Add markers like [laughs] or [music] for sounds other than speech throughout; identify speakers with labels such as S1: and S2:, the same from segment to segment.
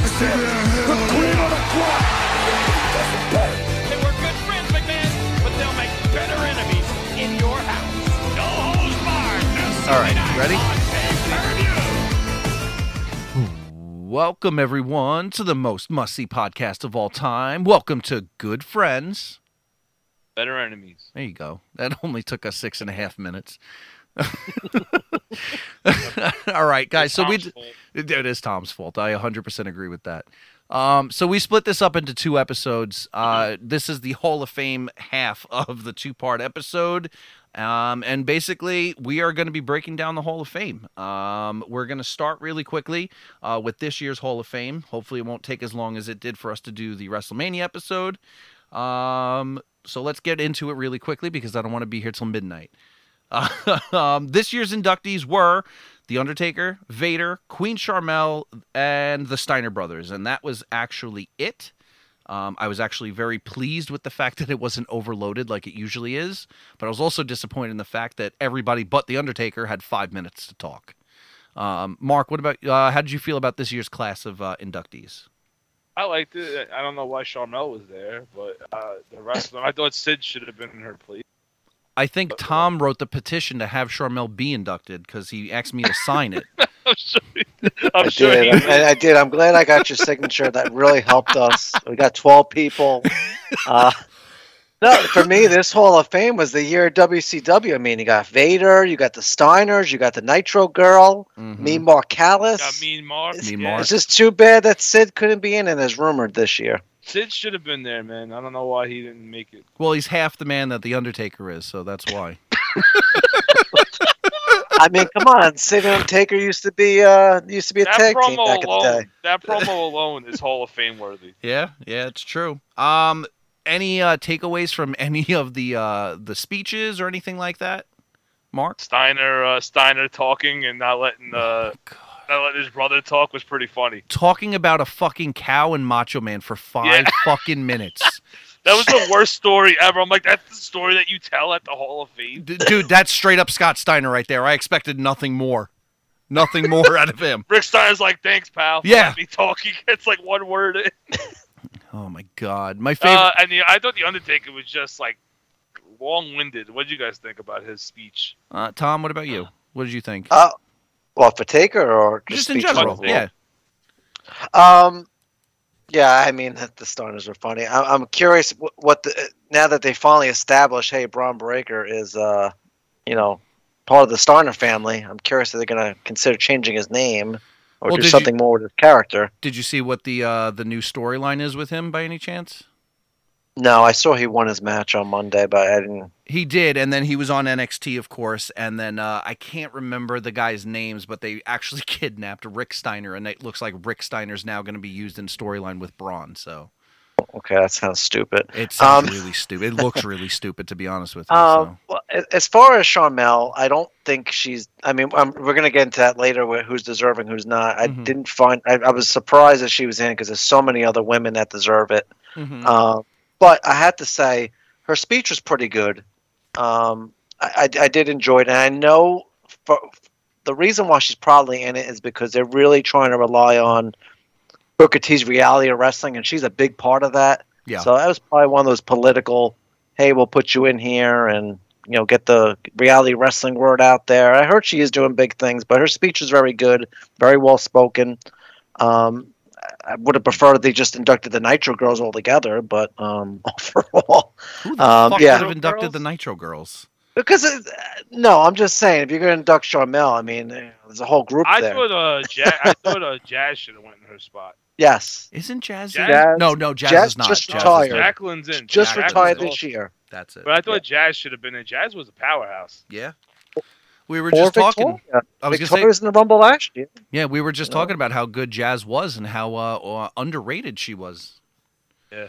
S1: The cream of the crop.
S2: They were good friends, McMahon, but they'll make better enemies in your house. No holds barred. No
S3: All right, ready?
S2: ready?
S3: Welcome, everyone, to the most must see podcast of all time. Welcome to Good Friends.
S4: Better enemies.
S3: There you go. That [laughs] only took us six and a half minutes. [laughs] all right, guys. So we.
S4: Tom's fault.
S3: It it is Tom's fault. I 100% agree with that. Um, so we split this up into two episodes. Uh,
S4: Mm-hmm.
S3: this is the Hall of Fame half of the two part episode. Um, and basically, we are going to be breaking down the Hall of Fame. Um, we're going to start really quickly uh, with this year's Hall of Fame. Hopefully, it won't take as long as it did for us to do the WrestleMania episode. Um, so let's get into it really quickly because I don't want to be here till midnight. [laughs] um, this year's inductees were The Undertaker, Vader, Queen Charmel, and the Steiner brothers. And that was actually it. Um, I was actually very pleased with the fact [laughs] that it wasn't overloaded like it usually is, but I was also disappointed in the fact that everybody but The Undertaker had five minutes to talk. Um, Mark, what about uh, how did you feel about this year's class of uh, inductees?
S4: I liked it. I don't know why Charmel was there, but uh, the rest of them, I thought Sid should have been in her place. [laughs]
S3: I think Tom wrote the petition to have Charmel be inducted because he asked me to sign it.
S4: I'm sure. I'm
S5: I
S4: sure
S5: did.
S4: he was.
S5: I, I did. I'm glad I got your signature. That really helped us. We got 12 people. Uh, no, for me, this Hall of Fame was the year of WCW. I mean, you got Vader, you got the Steiners, you got the Nitro Girl,
S3: Mhm.
S5: me Mark
S4: I
S5: Callis.
S4: mean, Mark.
S3: Mean
S4: yeah.
S3: Mark.
S5: It's just too bad that Sid couldn't be in it as rumored this year.
S4: Sid should have been there, man. I don't know why he didn't make it.
S3: Well, he's half the man that the Undertaker is, so that's why.
S5: I mean, come on, Sid and Taker used to be uh used to be a
S4: That
S5: tag team
S4: promo
S5: back in the day.
S4: alone. That promo alone is Hall of Fame worthy.
S3: yeah, yeah, it's true. Um, any uh, takeaways from [laughs] any of the uh, the speeches or anything like that, Mark?
S4: Steiner, uh, Steiner talking and not letting uh,
S3: Oh, God.
S4: not letting his brother talk was pretty funny.
S3: Talking about a fucking cow and Macho Man for five [laughs]
S4: Yeah.
S3: fucking minutes,
S4: That was
S5: [laughs]
S4: the worst story ever. I'm like, that's the story that you tell at the Hall of Fame.
S3: D- dude. That's straight up Scott Steiner right there. I expected nothing more, nothing more out of [laughs] him.
S4: Rick Steiner's like, thanks, pal. for
S3: Yeah.
S4: letting Me [laughs] talking. It's like one word.
S3: Oh my god, my favorite.
S4: Uh, and the, I thought the Undertaker was just like long-winded. What did you guys think about his speech?
S3: Uh, Tom, what about you? What did you think?
S5: Uh, well, for Taker or just,
S3: Just in
S5: speech
S3: general,
S5: overall?
S3: yeah.
S5: Um, yeah, I mean the Steiners are funny. I, I'm curious wh- what the now that they finally established, hey, Braun Breaker is uh, you know, part of the Steiner family. I'm curious if they're gonna consider changing his name or
S3: Well, did
S5: do
S3: you-
S5: something more with his character.
S3: Did you see what the uh, the new storyline is with him by any chance?
S5: No, I saw he won his match on Monday, but I didn't.
S3: He did, and then he was on NXT, of course, and then uh, I can't remember the guys' names, but they actually [laughs] kidnapped Rick Steiner, and it looks like Rick Steiner's now going to be used in storyline with Braun. So
S5: Okay, that sounds stupid.
S3: it sounds
S5: Um.
S3: really
S5: [laughs]
S3: stupid. It looks really stupid, to be honest with you.
S5: Um, well, a- as far as Charmel, I don't think she's. I mean, um we're gonna get into that later. With who's deserving, who's not. I
S3: Mhm.
S5: didn't find. I, I was surprised that she was in because there's so many other women that deserve it.
S3: so.
S4: Mm-hmm.
S3: Mhm.
S5: Um, but I had to say, her speech was pretty good. Um, I, I, I did enjoy it, and I know for, the reason why she's probably in it is because they're really trying to rely on Booker T's reality of wrestling, and she's a big part of that.
S3: Yeah.
S5: So that was probably one of those political, hey, we'll put you in here and you know get the reality wrestling word out there. I heard she is doing big things, but her speech was very good, very well spoken. Um, I would have preferred they just inducted the Nitro Girls altogether, but um, [laughs] overall,
S3: Who the
S5: um,
S3: fuck
S5: yeah.
S3: would have inducted
S4: Girls?
S3: the Nitro Girls?
S5: because it, no, I'm just saying if you're going to induct Charmel, I mean, eh, there's a whole group
S4: I
S5: there.
S4: thought uh, ja-
S5: [laughs]
S4: I thought uh, Jazz should have went in her spot.
S5: yes,
S3: Isn't Jazz? in-
S4: Jazz-
S3: No, no, Jazz,
S5: Jazz
S3: is not.
S5: just
S3: Jazz
S5: retired.
S3: Is not.
S4: Jacqueline's in.
S5: just
S4: Jacqueline's
S5: retired
S4: also-
S5: this year.
S3: That's it.
S4: But I thought Jazz should have been in. Jazz was a powerhouse.
S3: Yeah. We were
S5: Or
S3: just talking.
S5: Victoria.
S3: I was going to say
S5: Victoria's in the Rumble last year.
S3: Yeah, we were just
S5: You know?
S3: talking about how good Jazz was and how uh, uh, underrated she was.
S4: Yeah.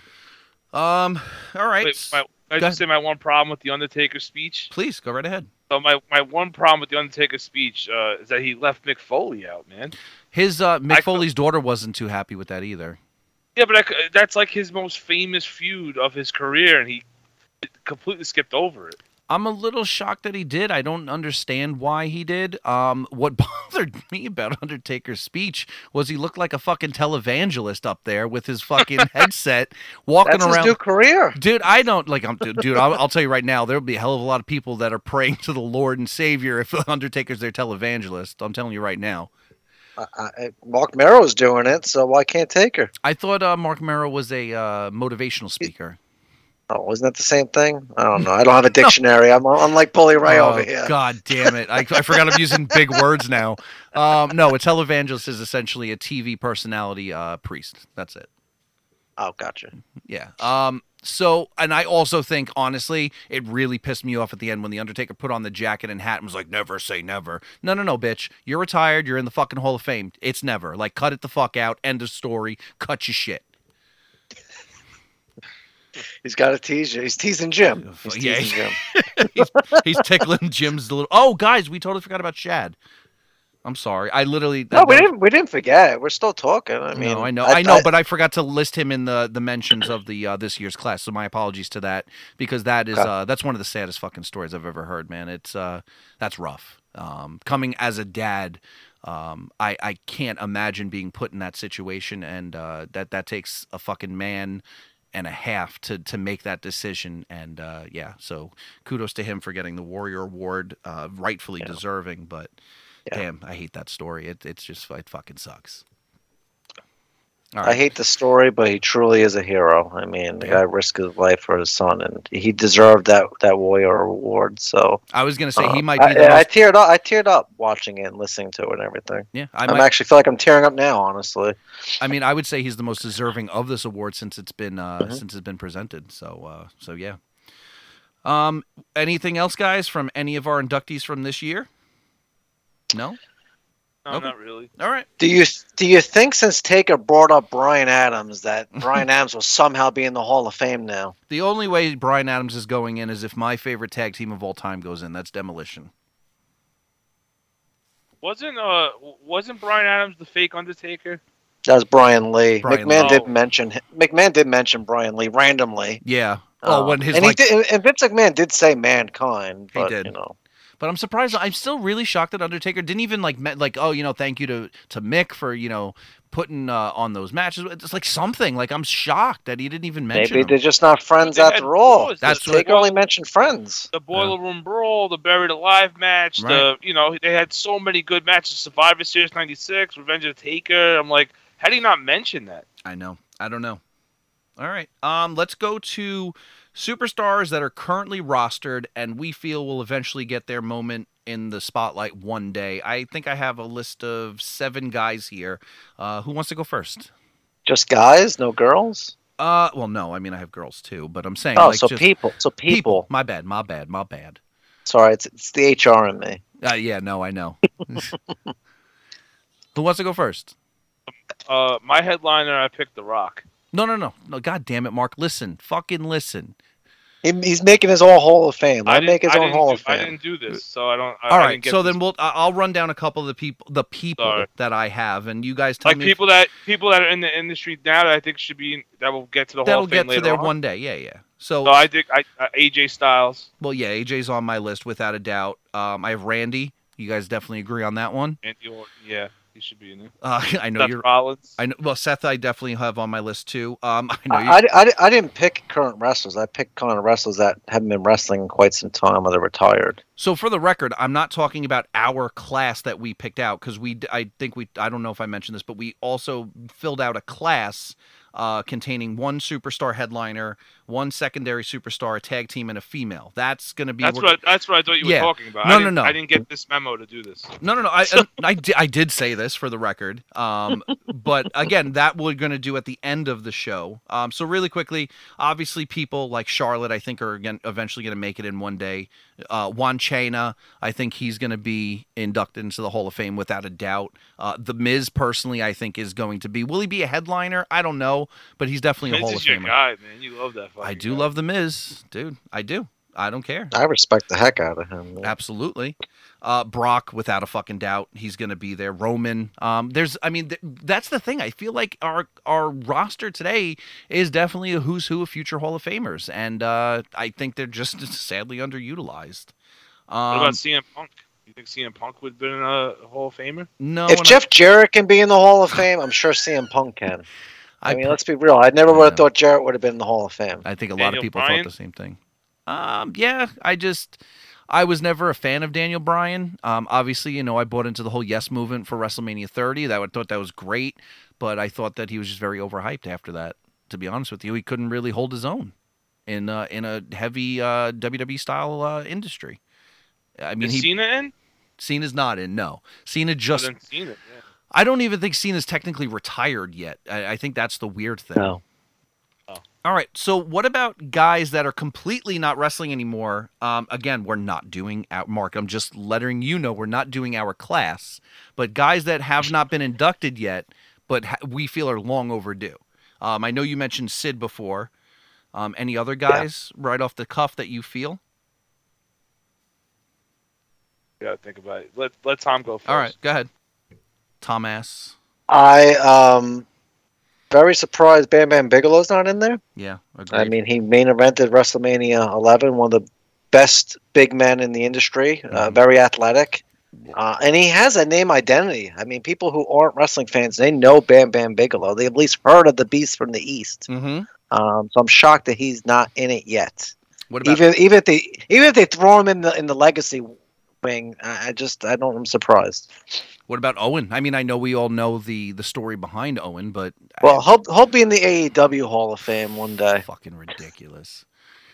S3: Um. All right.
S4: Wait, my, I
S3: Go
S4: just say my one problem with the Undertaker speech.
S3: Please go right ahead.
S4: So my, my one problem with the Undertaker speech uh, is that he left Mick Foley out, man.
S3: His uh,
S4: I
S3: Mick
S4: feel-
S3: Foley's daughter wasn't too happy with that either.
S4: Yeah, but I c that's like his most famous feud of his career, and he completely skipped over it.
S3: I'm a little shocked that he did. I don't understand why he did. Um, what [laughs] bothered me about Undertaker's speech was he looked like a fucking televangelist up there with his [laughs] fucking headset walking
S5: That's his
S3: around.
S5: new career.
S3: Dude, I don't like. I'm dude. I'll, I'll tell you right now, there'll be a hell of a lot of people that are praying to the Lord and Savior if [laughs] Undertaker's their televangelist. I'm telling you right now.
S5: I, I, Mark Merrow's doing it, so why can't take her?
S3: I thought uh, Mark Merrow was a uh, motivational speaker.
S5: Oh, isn't that the same thing? I don't know. I don't
S3: [laughs]
S5: have a dictionary. I'm, I'm like Bully Ray
S3: Oh,
S5: over here.
S3: God damn it. I, I forgot I'm using big words now. Um, no, a televangelist is essentially a TV personality uh, priest. That's it.
S5: Oh, gotcha.
S3: Yeah. Um, so, and I also think, honestly, it really pissed me off at the end when The Undertaker put on the jacket and hat and was like, never say never. No, no, no, bitch. You're retired. You're in the fucking Hall of Fame. It's never. Like, cut it the fuck out. End of story. Cut your shit.
S5: He's got to tease you. He's teasing Jim. He's
S3: Oh, Yeah.
S5: teasing Jim.
S3: he's, he's tickling [laughs] Jim's little. Oh, guys, we totally forgot about Shad. I'm sorry. I literally.
S5: No, we
S3: that-
S5: didn't. We didn't forget. We're still talking. I mean,
S3: no, I know, I, know, but I forgot to list him in the the mentions of the uh, this year's class. So my apologies to that because that is
S5: Okay.
S3: uh, that's one of the saddest fucking stories I've ever heard, man. It's uh, that's rough. Um, coming as a dad, um, I I can't imagine being put in that situation, and uh, that that takes a fucking man and a half to to make that decision. And uh, yeah, so kudos to him for getting the Warrior Award, uh, rightfully deserving. But
S5: Yeah.
S3: damn, I hate that story. It it's just it fucking sucks. All
S5: I hate the story, but he truly is a hero. I mean, the
S3: Yeah.
S5: guy risked his life for his son, and he deserved that that warrior award. So
S3: I was gonna say he
S5: uh,
S3: might be
S5: I,
S3: the most.
S5: I teared up. I teared up watching it, and listening to it, and everything.
S3: yeah, I,
S5: I'm
S3: might,
S5: actually feel like I'm tearing up now. Honestly,
S3: I mean, I would say he's the most deserving of this award since it's been uh,
S5: Mhm.
S3: since it's been presented. So, uh, so yeah. Um, anything else, guys, from any of our inductees from this year? No.
S4: No,
S3: Nope.
S4: not really.
S3: All right.
S5: do you do you think since Taker brought up Brian Adams
S3: [laughs]
S5: that Brian Adams will somehow be in the Hall of Fame now?
S3: The only way Brian Adams is going in is if my favorite tag team of all time goes in. That's Demolition.
S4: Wasn't uh wasn't Brian Adams the fake Undertaker?
S5: That was Brian Lee.
S3: Brian
S5: McMahon
S4: Lee.
S5: did mention McMahon did mention Brian Lee randomly.
S3: Yeah. Oh,
S5: Um,
S3: when his
S5: and
S3: like,
S5: he did, and Vince McMahon did say mankind,
S3: He
S5: but
S3: did.
S5: you know,
S3: But I'm surprised. I'm still really shocked that Undertaker didn't even like met, like oh you know thank you to to Mick for you know putting uh, on those matches. It's like something like I'm shocked that he didn't even mention.
S5: maybe
S3: him.
S5: they're just not friends
S4: They had
S5: after all.
S4: wars.
S3: That's
S4: The-
S3: what-
S5: Taker only mentioned friends.
S4: the Boiler Room Brawl, the Buried Alive match, the you know they had so many good matches. Survivor Series '96, Revenge of the Taker. I'm like, how do you not mention that?
S3: I know. I don't know. All right. Um, let's go to superstars that are currently rostered and we feel will eventually get their moment in the spotlight one day. I think I have a list of seven guys here. Uh, who wants to go first?
S5: Just guys, no girls.
S3: Uh, well, no. I mean, I have girls too, but I'm saying
S5: oh,
S3: like
S5: so
S3: just
S5: people. So people.
S3: My bad. My bad. My bad.
S5: Sorry, it's, it's the HR in me.
S3: Uh, yeah. No, I know. [laughs] who wants to go first?
S4: Uh, my headliner, I picked The Rock.
S3: No, no, no, no. God damn it, Mark. Listen, fucking listen.
S5: He, he's making his own Hall of Fame.
S4: I
S5: Let him
S4: didn't,
S5: make his
S4: I
S5: own
S4: didn't
S5: Hall
S4: do,
S5: of
S4: I
S5: Fame.
S4: didn't do this, so I don't. I,
S3: All
S4: I
S3: right,
S4: didn't get
S3: so
S4: this.
S3: then we'll I- I'll run down a couple of the people the people
S4: Sorry.
S3: that I have, and you guys tell
S4: like
S3: me
S4: people that people that are in the industry now that I think should be in- that will get to the
S3: if that'll
S4: Hall of Fame
S3: get to
S4: later
S3: there
S4: on.
S3: one day. Yeah, yeah. So,
S4: So I think I, uh, AJ Styles,
S3: well, yeah, AJ's on my list without a doubt. Um, I have Randy. You guys definitely agree on that one.
S4: Andy Orton, yeah, he should be in there.
S3: Uh, [laughs] I know
S4: Seth
S3: you're.
S4: Rollins.
S3: I know. Well, Seth, I definitely have on my list too. Um, [laughs] I know you.
S5: I, I, I, I didn't pick current wrestlers. I picked current wrestlers that haven't been wrestling in quite some time or they're retired.
S3: So for the record, I'm not talking about our class that we picked out because we, d- I think we, I don't know if I mentioned this, but we also filled out a class uh, containing one superstar headliner, one secondary superstar, a tag team, and a female. That's gonna be.
S4: that's
S3: we're-
S4: what that's what I thought you
S3: Yeah.
S4: were talking about.
S3: No,
S4: I
S3: no,
S4: didn't-
S3: no.
S4: I didn't get this memo to do this.
S3: No, no, no. I, I, di- I did say this for the record. Um, but again, that we're going to do at the end of the show. Um, so really quickly, obviously, people like Charlotte, I think, are again, eventually going to make it in one day. Uh, Juan Chena, I think he's going to be inducted into the Hall of Fame without a doubt. Uh, the Miz, personally, I think is going to be. Will he be a headliner? I don't know, but he's definitely a
S4: Vince
S3: Hall of
S4: is your
S3: Famer.
S4: guy, man. You love that.
S3: I
S4: fucking
S3: do
S4: guy.
S3: love the Miz, dude. I do. I don't care.
S5: I respect the heck out of him. man.
S3: Absolutely. Uh, Brock, without a fucking doubt, he's going to be there. Roman. Um, there's, I mean, th- that's the thing. I feel like our our roster today is definitely a who's who of future Hall of Famers, and uh, I think they're just [laughs] sadly underutilized.
S4: What
S3: Um,
S4: about CM Punk? You think CM Punk would have been a Hall of Famer?
S3: no,
S5: If
S3: and I-
S5: Jeff Jarrett can be in the Hall of Fame, I'm sure CM Punk can. I,
S3: I,
S5: mean,
S3: pr-
S5: let's be real. I never would
S3: Yeah.
S5: have thought Jarrett would have been in the Hall of Fame.
S3: I think a lot of
S4: Daniel
S3: people
S4: Bryan?
S3: thought the same thing. Um, yeah, I just I was never a fan of Daniel Bryan. Um, obviously, you know, I bought into the whole yes movement for WrestleMania 30. That I thought that was great, but I thought that he was just very overhyped after that. To be honest with you, he couldn't really hold his own in uh, in a heavy uh, WWE style uh, industry. I mean,
S4: Is
S3: he
S4: Cena in?
S3: Cena's not in. No, Cena
S4: Well,
S3: just.
S4: then Cena, yeah.
S3: I don't even think Cena's technically retired yet. I, I think that's the weird thing.
S5: No.
S3: All right. So, what about guys that are completely not wrestling anymore? Um, again, we're not doing out Mark. I'm just letting you know we're not doing our class, but guys that have not been inducted yet, but ha- we feel are long overdue. Um, I know you mentioned Sid before. Um, any other guys right off the cuff that you feel?
S4: gotta think about it. Let let Tom go first.
S3: All right, go ahead. Tomass.
S5: I um very surprised Bam Bam Bigelow's not in there.
S3: Yeah, agreed.
S5: I mean, he main evented WrestleMania 11, one of the best big men in the industry, uh,
S3: Mhm.
S5: very athletic. Uh, and he has a name identity. I mean, people who aren't wrestling fans, they know Bam Bam Bigelow. They at least heard of the Beast from the East.
S3: hmm
S5: Um, so I'm shocked that he's not in it yet.
S3: What about
S5: Even even if they even if they throw him in the in the legacy wing, I, I just I don't. I'm surprised.
S3: what about Owen? I mean, I know we all know the the story behind Owen,
S5: [laughs]
S3: but
S5: Well, he'll he'll be in the AEW Hall of Fame one day.
S3: fucking ridiculous.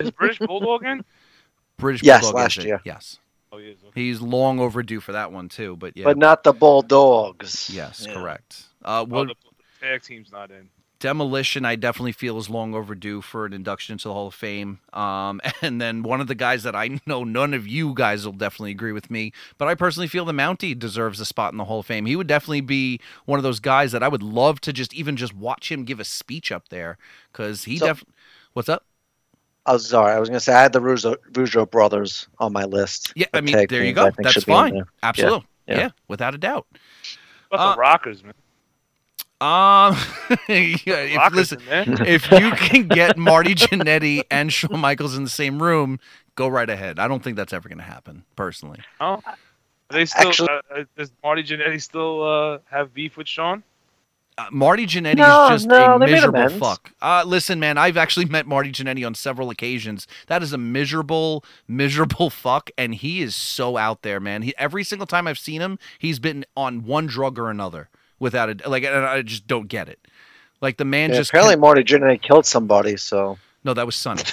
S4: Is British Bulldog in?
S3: [laughs] British
S5: Yes,
S3: Bulldog
S5: last
S3: is it.
S5: year.
S3: Yes,
S4: Oh, he is. Okay.
S3: he's long overdue for that one too. But yeah,
S5: But not the Bulldogs.
S3: yes,
S5: Yeah.
S3: correct. Uh, well,
S4: Well, the tag team's not in.
S3: demolition, I definitely feel is long overdue for an induction to the Hall of Fame. Um, [laughs] and then one of the guys that I know none of you guys will definitely agree with me, but I personally feel the Mountie deserves a spot in the Hall of Fame. He would definitely be one of those guys that I would love to just even just watch him give a speech up there because he
S5: So-
S3: def. What's up?
S5: I was Oh, sorry. I was going to say I had the Russo, Russo brothers on my list.
S3: Yeah,
S5: The
S3: I mean,
S5: tag
S3: there you
S5: teams,
S3: go.
S5: I think,
S3: That's
S5: should be in
S3: fine.
S5: there.
S3: Absolutely.
S5: yeah.
S3: yeah, without a doubt.
S4: What
S3: Uh,
S4: about the Rockers, man?
S3: Um, [laughs] yeah, if,
S4: Rockers
S3: listen,
S4: in
S3: [laughs]
S4: there.
S3: if you can get Marty Jannetty and Shawn Michaels in the same room, go right ahead. I don't think that's ever going to happen, personally.
S4: Are they still
S5: Actually-
S4: uh, uh, does Marty Jannetty still uh, have beef with Sean?
S3: Uh, Marty Jannetty
S5: No,
S3: is just
S5: no,
S3: a
S5: they made
S3: miserable
S5: amends.
S3: fuck. Uh, listen, man, I've actually met Marty Jannetty on several occasions. That is a miserable, miserable [laughs] fuck, and he is so out there, man. He, every single time I've seen him, he's been on one drug or another without it. Like, and I just don't get it. Like the man
S5: Yeah,
S3: just
S5: apparently, Marty Jannetty killed somebody. So
S3: no, that was
S5: [laughs]
S3: Sonny.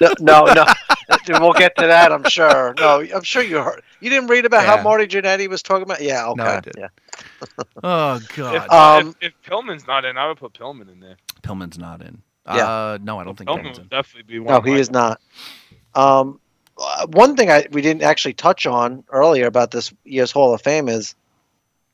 S5: no, no,
S3: [laughs]
S5: no. we'll get to that. I'm sure. No, I'm sure you heard. You didn't read about
S3: Yeah.
S5: how Marty Jannetty was talking about. Yeah, okay.
S3: No, I didn't.
S5: Yeah.
S3: oh
S4: If,
S3: god,
S5: Um,
S4: if, if Pillman's not in, I would put Pillman in there.
S3: Pillman's not in.
S5: Yeah.
S3: Uh, no, I don't think
S4: Pillman
S3: Pillman's in.
S4: would definitely be one.
S5: No,
S4: of
S5: he
S4: my-
S5: is not. Um, uh, one thing I we didn't actually touch on earlier about this year's Hall of Fame is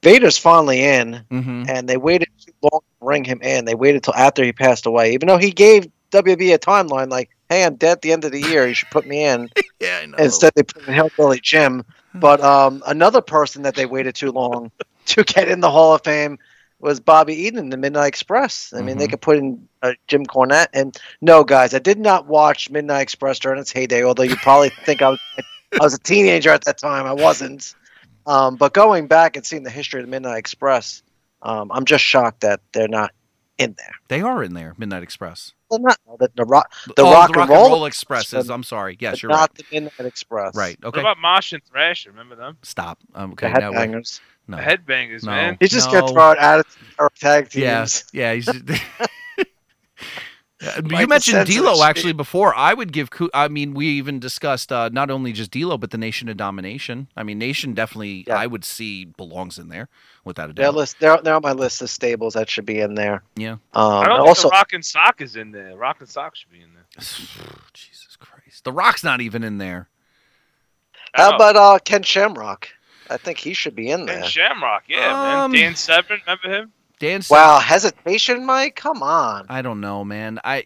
S5: Vader's finally in.
S3: Mm-hmm.
S5: and they waited too long to bring him in. They waited till after he passed away, even though he gave WB a timeline like, "Hey, I'm dead at the end of the year. You should put me in."
S3: [laughs] Yeah, I know. Hmm.
S5: Instead, they put in Hillbilly Jim. But um, another person that they waited too long [laughs] to get in the Hall of Fame was Bobby Eaton in the Midnight Express. I mean, they
S3: Mhm.
S5: could put in uh, Jim Cornette. And no, guys, I did not watch Midnight Express during its heyday. Although you probably [laughs] think I was, I was a teenager at that time. I wasn't. Um, but going back and seeing the history of the Midnight Express, um, I'm just shocked that they're not in there.
S3: they are in there. Midnight Express.
S5: They're not the, the rock, the
S3: Oh,
S5: rock, and roll,
S3: Express is. I'm sorry. Yes,
S5: but
S3: you're right.
S5: not the Midnight Express.
S3: Right.
S4: What
S3: Okay.
S4: about Mosh and Thrasher? Remember them?
S3: Stop. Um,
S5: The
S3: okay. Now we
S5: headbangers.
S3: no.
S4: The headbangers,
S3: No.
S4: man.
S5: He's just
S3: No.
S5: gonna throw out attitude or tag teams.
S3: Yeah. Yeah.
S5: [laughs]
S3: He's, [laughs] Yeah, you
S5: Like the
S3: mentioned
S5: sensitive
S3: D'Lo
S5: shit.
S3: actually before. I would give. ku- I mean, we even discussed uh, not only just D'Lo, but the Nation of Domination. I mean, Nation definitely,
S5: Yeah.
S3: I would see belongs in there without a
S5: They're
S3: doubt.
S5: list. They're, they're on my list of stables that should be in there.
S3: Yeah.
S5: Um,
S4: I
S5: and
S4: don't
S5: also,
S4: think the Rock and Sock is in there. Rock and Sock should be in there.
S3: [sighs] Jesus Christ, The Rock's not even in there.
S4: I
S5: how
S4: know.
S5: about uh, Ken Shamrock? I think he should be in there.
S4: and Shamrock? Yeah,
S3: Um,
S4: man. Dan Severn, remember him?
S3: Dan. Sa-
S5: wow, hesitation, Mike. Come on.
S3: I don't know, man. I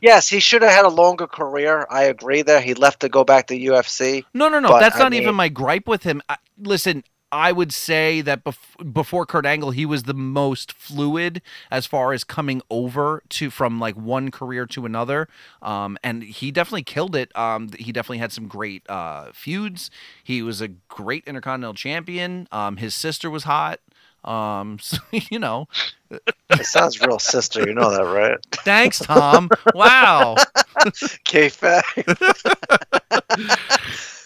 S5: Yes, he should have had a longer career. I agree there. He left to go back to UFC.
S3: No, no, no.
S5: But,
S3: that's
S5: I
S3: not
S5: mean-
S3: even my gripe with him. I, listen, I would say that bef- before Kurt Angle, he was the most fluid as far as coming over to from like one career to another. Um, and he definitely killed it. Um, he definitely had some great uh, feuds. He was a great Intercontinental Champion. Um, his sister was hot. Um, [laughs] so, you know,
S5: It sounds
S4: [laughs]
S5: real sister. You know that, right? [laughs]
S3: thanks, Tom. wow.
S5: K-Fed.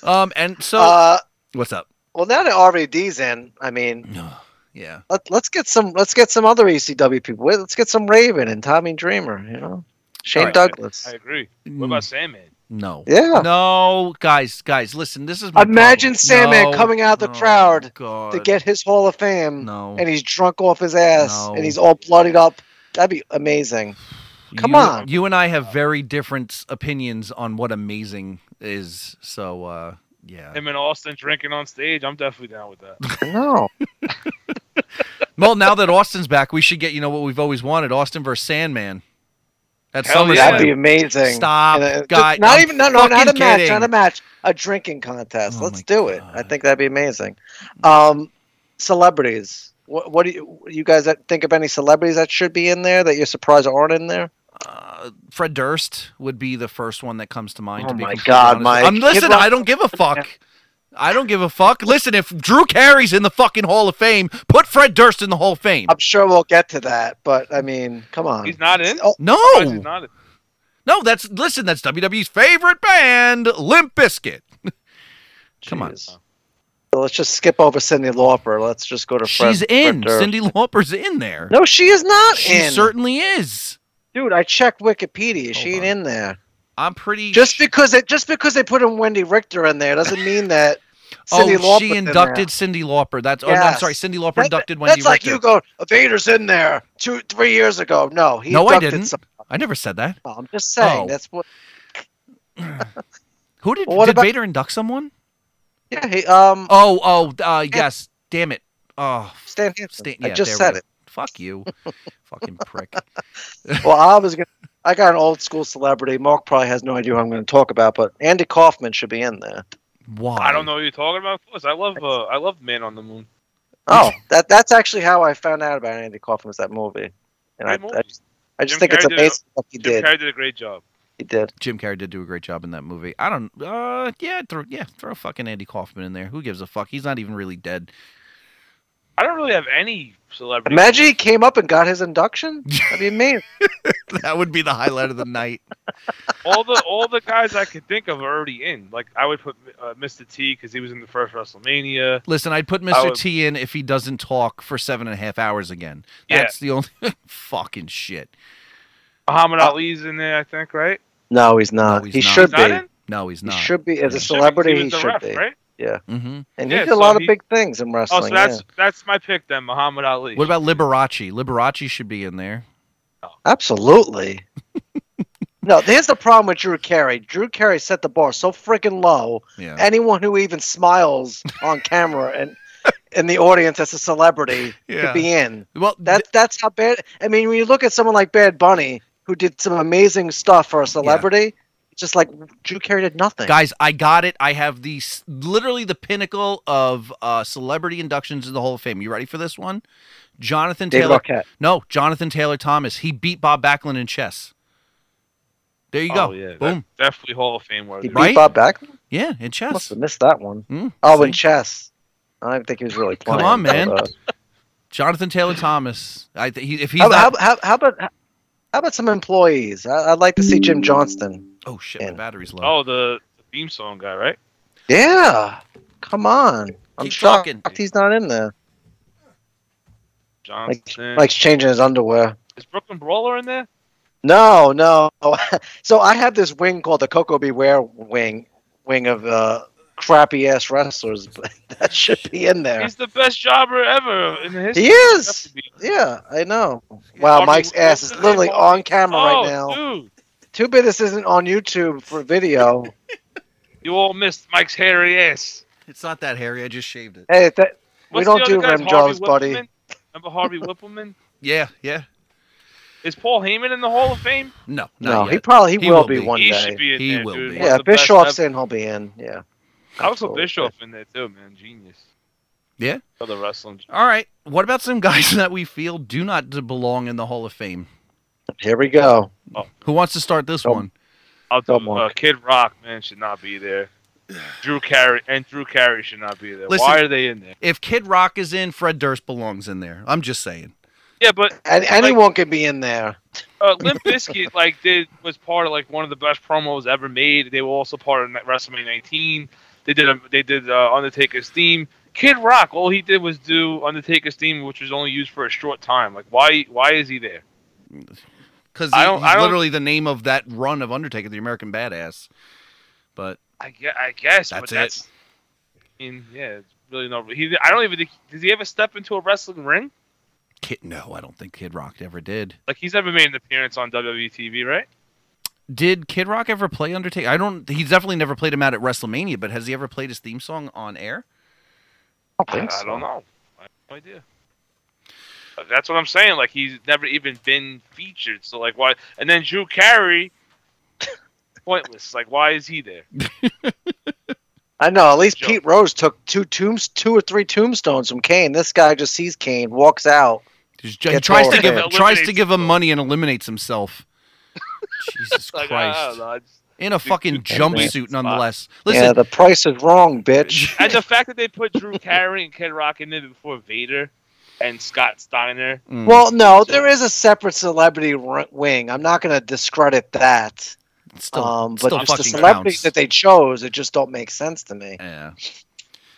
S3: Um, and so
S5: Uh,
S3: what's up?
S5: well, now that RVD's in, I mean,
S3: Yeah.
S5: let, let's get some let's get some other ECW people. Wait, Let's get some Raven and Tommy Dreamer. You know, Shane
S4: Alright.
S5: Douglas.
S4: I agree. What about
S3: Hmm.
S4: Sandman?
S3: No.
S5: yeah.
S3: No, guys, guys, listen. This is my
S5: Imagine
S3: problem.
S5: Sandman coming out of the crowd
S3: God.
S5: to get his Hall of Fame,
S3: No.
S5: and he's drunk off his ass,
S3: No.
S5: and he's all bloodied up. That'd be amazing. come
S3: You- [laughs]
S5: on.
S3: You and I have very different opinions on what amazing is. So, uh, yeah.
S4: Him and Austin drinking on stage. I'm definitely down with that.
S5: No,
S3: Well, now that Austin's back, we should get you know what we've always wanted: Austin versus Sandman. At
S4: Hell
S3: SummerSlam.
S4: yeah.
S5: that'd be amazing.
S3: Stop,
S5: And, uh, just-
S3: guy,
S5: Not
S3: I'm
S5: even no, no, not a
S3: fucking
S5: match,
S3: kidding.
S5: not a match. A drinking contest.
S3: Oh
S5: Let's
S3: my
S5: do it. I
S3: God.
S5: think that'd be amazing. Um, celebrities. What, what do you you guys think of any celebrities that should be in there that you're surprised aren't in there?
S3: Uh, Fred Durst would be the first one that comes to mind.
S5: Oh
S3: to be
S5: my
S3: completely
S5: God,
S3: honest.
S5: Mike.
S3: I'm listen.
S5: Give up-
S3: I don't give a fuck. I don't give a fuck. Listen, if Drew Carey's in the fucking Hall of Fame, put Fred Durst in the Hall of Fame.
S5: I'm sure we'll get to that, but I mean, come on.
S4: He's not in.
S5: Oh,
S3: No,
S4: Why is he not in?
S3: No, that's listen. That's WWE's favorite band, Limp Bizkit. Come on.
S5: jeez. So let's just skip over Cindy Lauper. Let's just go to Fred.
S3: She's in.
S5: Fred Durst.
S3: Cindy Lauper's in there.
S5: No, she is not
S3: she
S5: in.
S3: certainly is.
S5: Dude, I checked Wikipedia. she
S3: Hold
S5: ain't
S3: on.
S5: in there.
S3: I'm pretty.
S5: Just
S3: sh-
S5: because they just because they put in Wendy Richter in there doesn't
S3: [laughs]
S5: mean that. Cindy
S3: oh,
S5: Lauper's
S3: she
S5: in there.
S3: inducted Cindy Lauper. That's oh, no, I'm
S5: Yes.
S3: sorry. Cindy Lauper
S5: That-
S3: inducted Wendy
S5: That's like
S3: Richter.
S5: you go, Vader's in there two, three years ago. No, he
S3: No, I
S5: inducted
S3: didn't.
S5: some-
S3: I never said that.
S5: no, I'm just saying
S3: Oh.
S5: that's what.
S3: Who did
S5: Well, what
S3: did
S5: about-
S3: Vader induct someone?
S5: Yeah, he, um,
S3: Oh, oh, uh, yes. Damn it. Oh,
S5: Stan Hansen.
S3: Stan,
S5: I
S3: yeah,
S5: just
S3: there we
S5: said
S3: go.
S5: it.
S3: Fuck
S5: [laughs]
S3: you, fucking prick.
S5: Well, I was gonna. I got an old school celebrity. Mark probably has no idea who I'm going to talk about, but Andy Kaufman should be in there.
S3: Why?
S4: I don't know what you're talking about. Of course, I love. Uh, I love Man on the Moon.
S5: Oh, [laughs] that that's actually how I found out about Andy Kaufman was that movie, and I,
S4: Great movie.
S5: I, just- I just
S4: Jim
S5: think it's
S4: Carrey did a-
S5: amazing what he
S4: Jim
S5: did.
S4: Carrey did a great job.
S5: He did.
S3: Jim Carrey did do a great job in that movie. I don't. Uh, yeah, throw yeah, throw fucking Andy Kaufman in there. Who gives a fuck? He's not even really dead. [laughs]
S4: I don't really have any celebrity.
S5: Imagine he came up and got his induction. That'd be amazing.
S3: that would be the highlight of the night.
S4: all the all the guys I could think of are already in. Like I would put uh, Mr. T because he was in the first WrestleMania.
S3: Listen, I'd put
S4: I
S3: Mr.
S4: would-
S3: T in if he doesn't talk for seven and a half hours again.
S4: Yeah.
S3: That's the only [laughs] fucking shit.
S4: Muhammad
S5: Uh,
S4: ali's in there, I think, right?
S5: [laughs] No, he's not.
S3: No, he's
S5: he
S3: not.
S5: should
S4: He's not
S5: be.
S4: in?
S3: No, he's
S5: He
S3: not.
S5: should be as
S3: Yeah.
S5: a celebrity.
S4: He
S5: He,
S4: was the
S5: should
S4: ref,
S5: be.
S4: right?
S3: hmm
S5: And he
S4: Yeah,
S5: did a
S4: so
S5: lot of
S4: he-
S5: big things in
S4: Oh,
S5: wrestling.
S4: so that's
S5: yeah.
S4: that's my pick then, Muhammad Ali.
S3: What about Liberace? Liberace should be in there. [laughs]
S5: Absolutely. no, there's the problem with Drew Carey. Drew Carey set the bar so freaking low.
S3: Yeah.
S5: Anyone who even smiles on camera and in the audience as a celebrity
S3: [laughs] Yeah.
S5: could be in.
S3: well, th-
S5: That that's how bad. I mean, when you look at someone like Bad Bunny, who did some amazing stuff for a celebrity, it's just like Drew Carey did nothing.
S3: guys, I got it. I have the s- literally the pinnacle of uh, celebrity inductions in the Hall of Fame. You ready for this one? Jonathan
S5: Dave
S3: Taylor.
S5: Arquette.
S3: No, Jonathan Taylor Thomas. He beat Bob Backlund in chess. There you
S4: Oh
S3: go.
S4: yeah, that-
S3: Boom.
S4: definitely Hall of Fame
S5: He
S4: worthy.
S5: beat
S3: Right?
S5: Bob Backlund.
S3: Yeah, in chess.
S5: Must have missed that one.
S3: Mm,
S5: Oh,
S3: see?
S5: and chess. I didn't think he was really
S3: Come
S5: playing.
S3: on, man.
S5: but, uh,
S3: Jonathan Taylor Thomas. I th- he, if he's
S5: How,
S3: not,
S5: how, how, how about how about some employees? I, I'd like to see Jim Johnston.
S3: oh shit, my
S5: in.
S3: battery's low.
S4: Oh, the, the theme song guy, right?
S5: Yeah, come on. I'm
S3: Keep
S5: shocked
S3: talking.
S5: he's not in there.
S4: Johnson.
S5: Mike's changing his underwear.
S4: is Brooklyn Brawler in there?
S5: No, no. [laughs] so I have this wing called the Coco Beware wing, wing of uh, crappy ass wrestlers, but [laughs] that should be in there.
S4: He's the best jobber ever in the history.
S5: He is!
S4: Has to be.
S5: Yeah, I know. Wow,
S4: Bobby,
S5: Mike's ass is
S4: what's his
S5: literally
S4: name?
S5: on camera
S4: oh,
S5: right now.
S4: dude,
S5: Too bad this isn't on YouTube
S4: [laughs]
S5: for video.
S4: you all missed Mike's hairy ass.
S3: It's not that hairy. I just shaved it.
S5: hey, that, we
S4: What's
S5: don't
S4: the
S5: do
S4: other guy's
S5: rim
S4: Harvey
S5: jobs, buddy.
S4: Whippleman? Remember Harvey Whippleman?
S3: Yeah, yeah.
S4: Is Paul Heyman in the Hall of Fame?
S3: No,
S5: No,
S3: not
S5: he
S3: yet.
S5: probably he,
S3: He
S5: will
S3: will
S5: be
S3: be.
S5: one
S4: he
S5: day.
S4: should be in
S3: He
S4: there,
S3: will
S4: dude.
S3: be.
S4: One
S5: yeah,
S4: of the best
S5: Bischoff
S4: ever.
S5: saying he'll be in. Yeah,
S4: I was a
S5: Absolutely.
S4: Bischoff in there too, man. Genius.
S3: Yeah?
S4: Other wrestling.
S3: All right. What about some guys [laughs] that we feel do not d- belong in the Hall of Fame?
S5: Here we go.
S3: Who wants to start this
S5: Oh.
S3: one?
S4: I'll
S5: Go,
S4: tell you, uh,
S5: Mark.
S4: Kid Rock, man, should not be there.
S3: [sighs]
S4: Drew Carey and Drew Carey should not be there.
S3: Listen-
S4: Why are they in there?
S3: If Kid Rock is in, Fred Durst belongs in there. I'm just saying.
S4: Yeah, but
S5: And anyone can be in there.
S4: uh, Limp Bizkit [laughs] like did was part of like one of the best promos ever made. They were also part of WrestleMania 19. They did a, they did uh, Undertaker's theme. Kid Rock, all he did was do Undertaker's theme, which was only used for a short time. Like why why is he there?
S3: Because
S4: I don't- I
S3: he's
S4: don't-
S3: literally the name of that run of Undertaker, the American Badass. But
S4: I guess, I guess but
S3: That's it.
S4: that's. I mean, yeah, it's really no. He I don't even think does he ever step into a wrestling ring?
S3: Kid, no, I don't think Kid Rock ever did.
S4: Like he's never made an appearance on WWE TV, right?
S3: Did Kid Rock ever play Undertaker? I don't. He's definitely never played him out at WrestleMania, but has he ever played his theme song on air?
S5: I don't think so.
S4: don't know. I have no idea. Uh, That's what I'm saying. Like he's never even been featured. So like why? And then Drew Carey, [coughs] pointless. Like why is he there?
S5: I know. At least
S4: Joe.
S5: Pete Rose took two tombs, two or three tombstones from Kane. This guy just sees Kane, walks out.
S3: He's- He
S5: Gets
S3: tries
S5: all
S3: to
S5: of
S3: give
S4: it.
S3: tries to give him
S4: Eliminates
S3: money and eliminates
S4: [laughs]
S3: himself. Jesus
S4: Like, I- I don't
S3: Christ!
S4: know. I just-
S3: In a fucking jumpsuit, nonetheless. Listen,
S5: yeah, the price is
S3: [laughs]
S5: wrong, bitch.
S4: and the fact that they put Drew Carey and Kid Rock in there before Vader and Scott Steiner.
S3: Mm.
S5: well, no, there is a separate celebrity r- wing. I'm not going to discredit that.
S3: still,
S5: um,
S3: still
S5: but just the
S3: fucking
S5: celebrities
S3: counts.
S5: that they chose, it just don't make sense to me.
S3: yeah.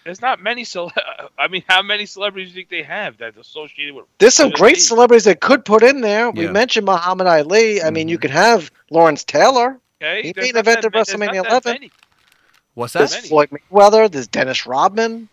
S4: There's not many cele- [laughs] I mean, how many celebrities do you think they have that's associated with?
S5: There's some
S4: Yeah,
S5: great
S4: they-
S5: celebrities that could put in there. We
S3: Yeah.
S5: mentioned Muhammad Ali. I mean,
S3: Mhm.
S5: you could have Lawrence Taylor.
S4: Okay,
S5: He
S4: there's
S5: made
S4: not
S5: event
S4: that
S5: at
S4: ma- there's not
S5: WrestleMania
S4: that
S5: 11.
S4: many.
S3: What's
S5: There's
S3: that?
S4: many.
S5: Floyd Mayweather. There's Dennis Rodman.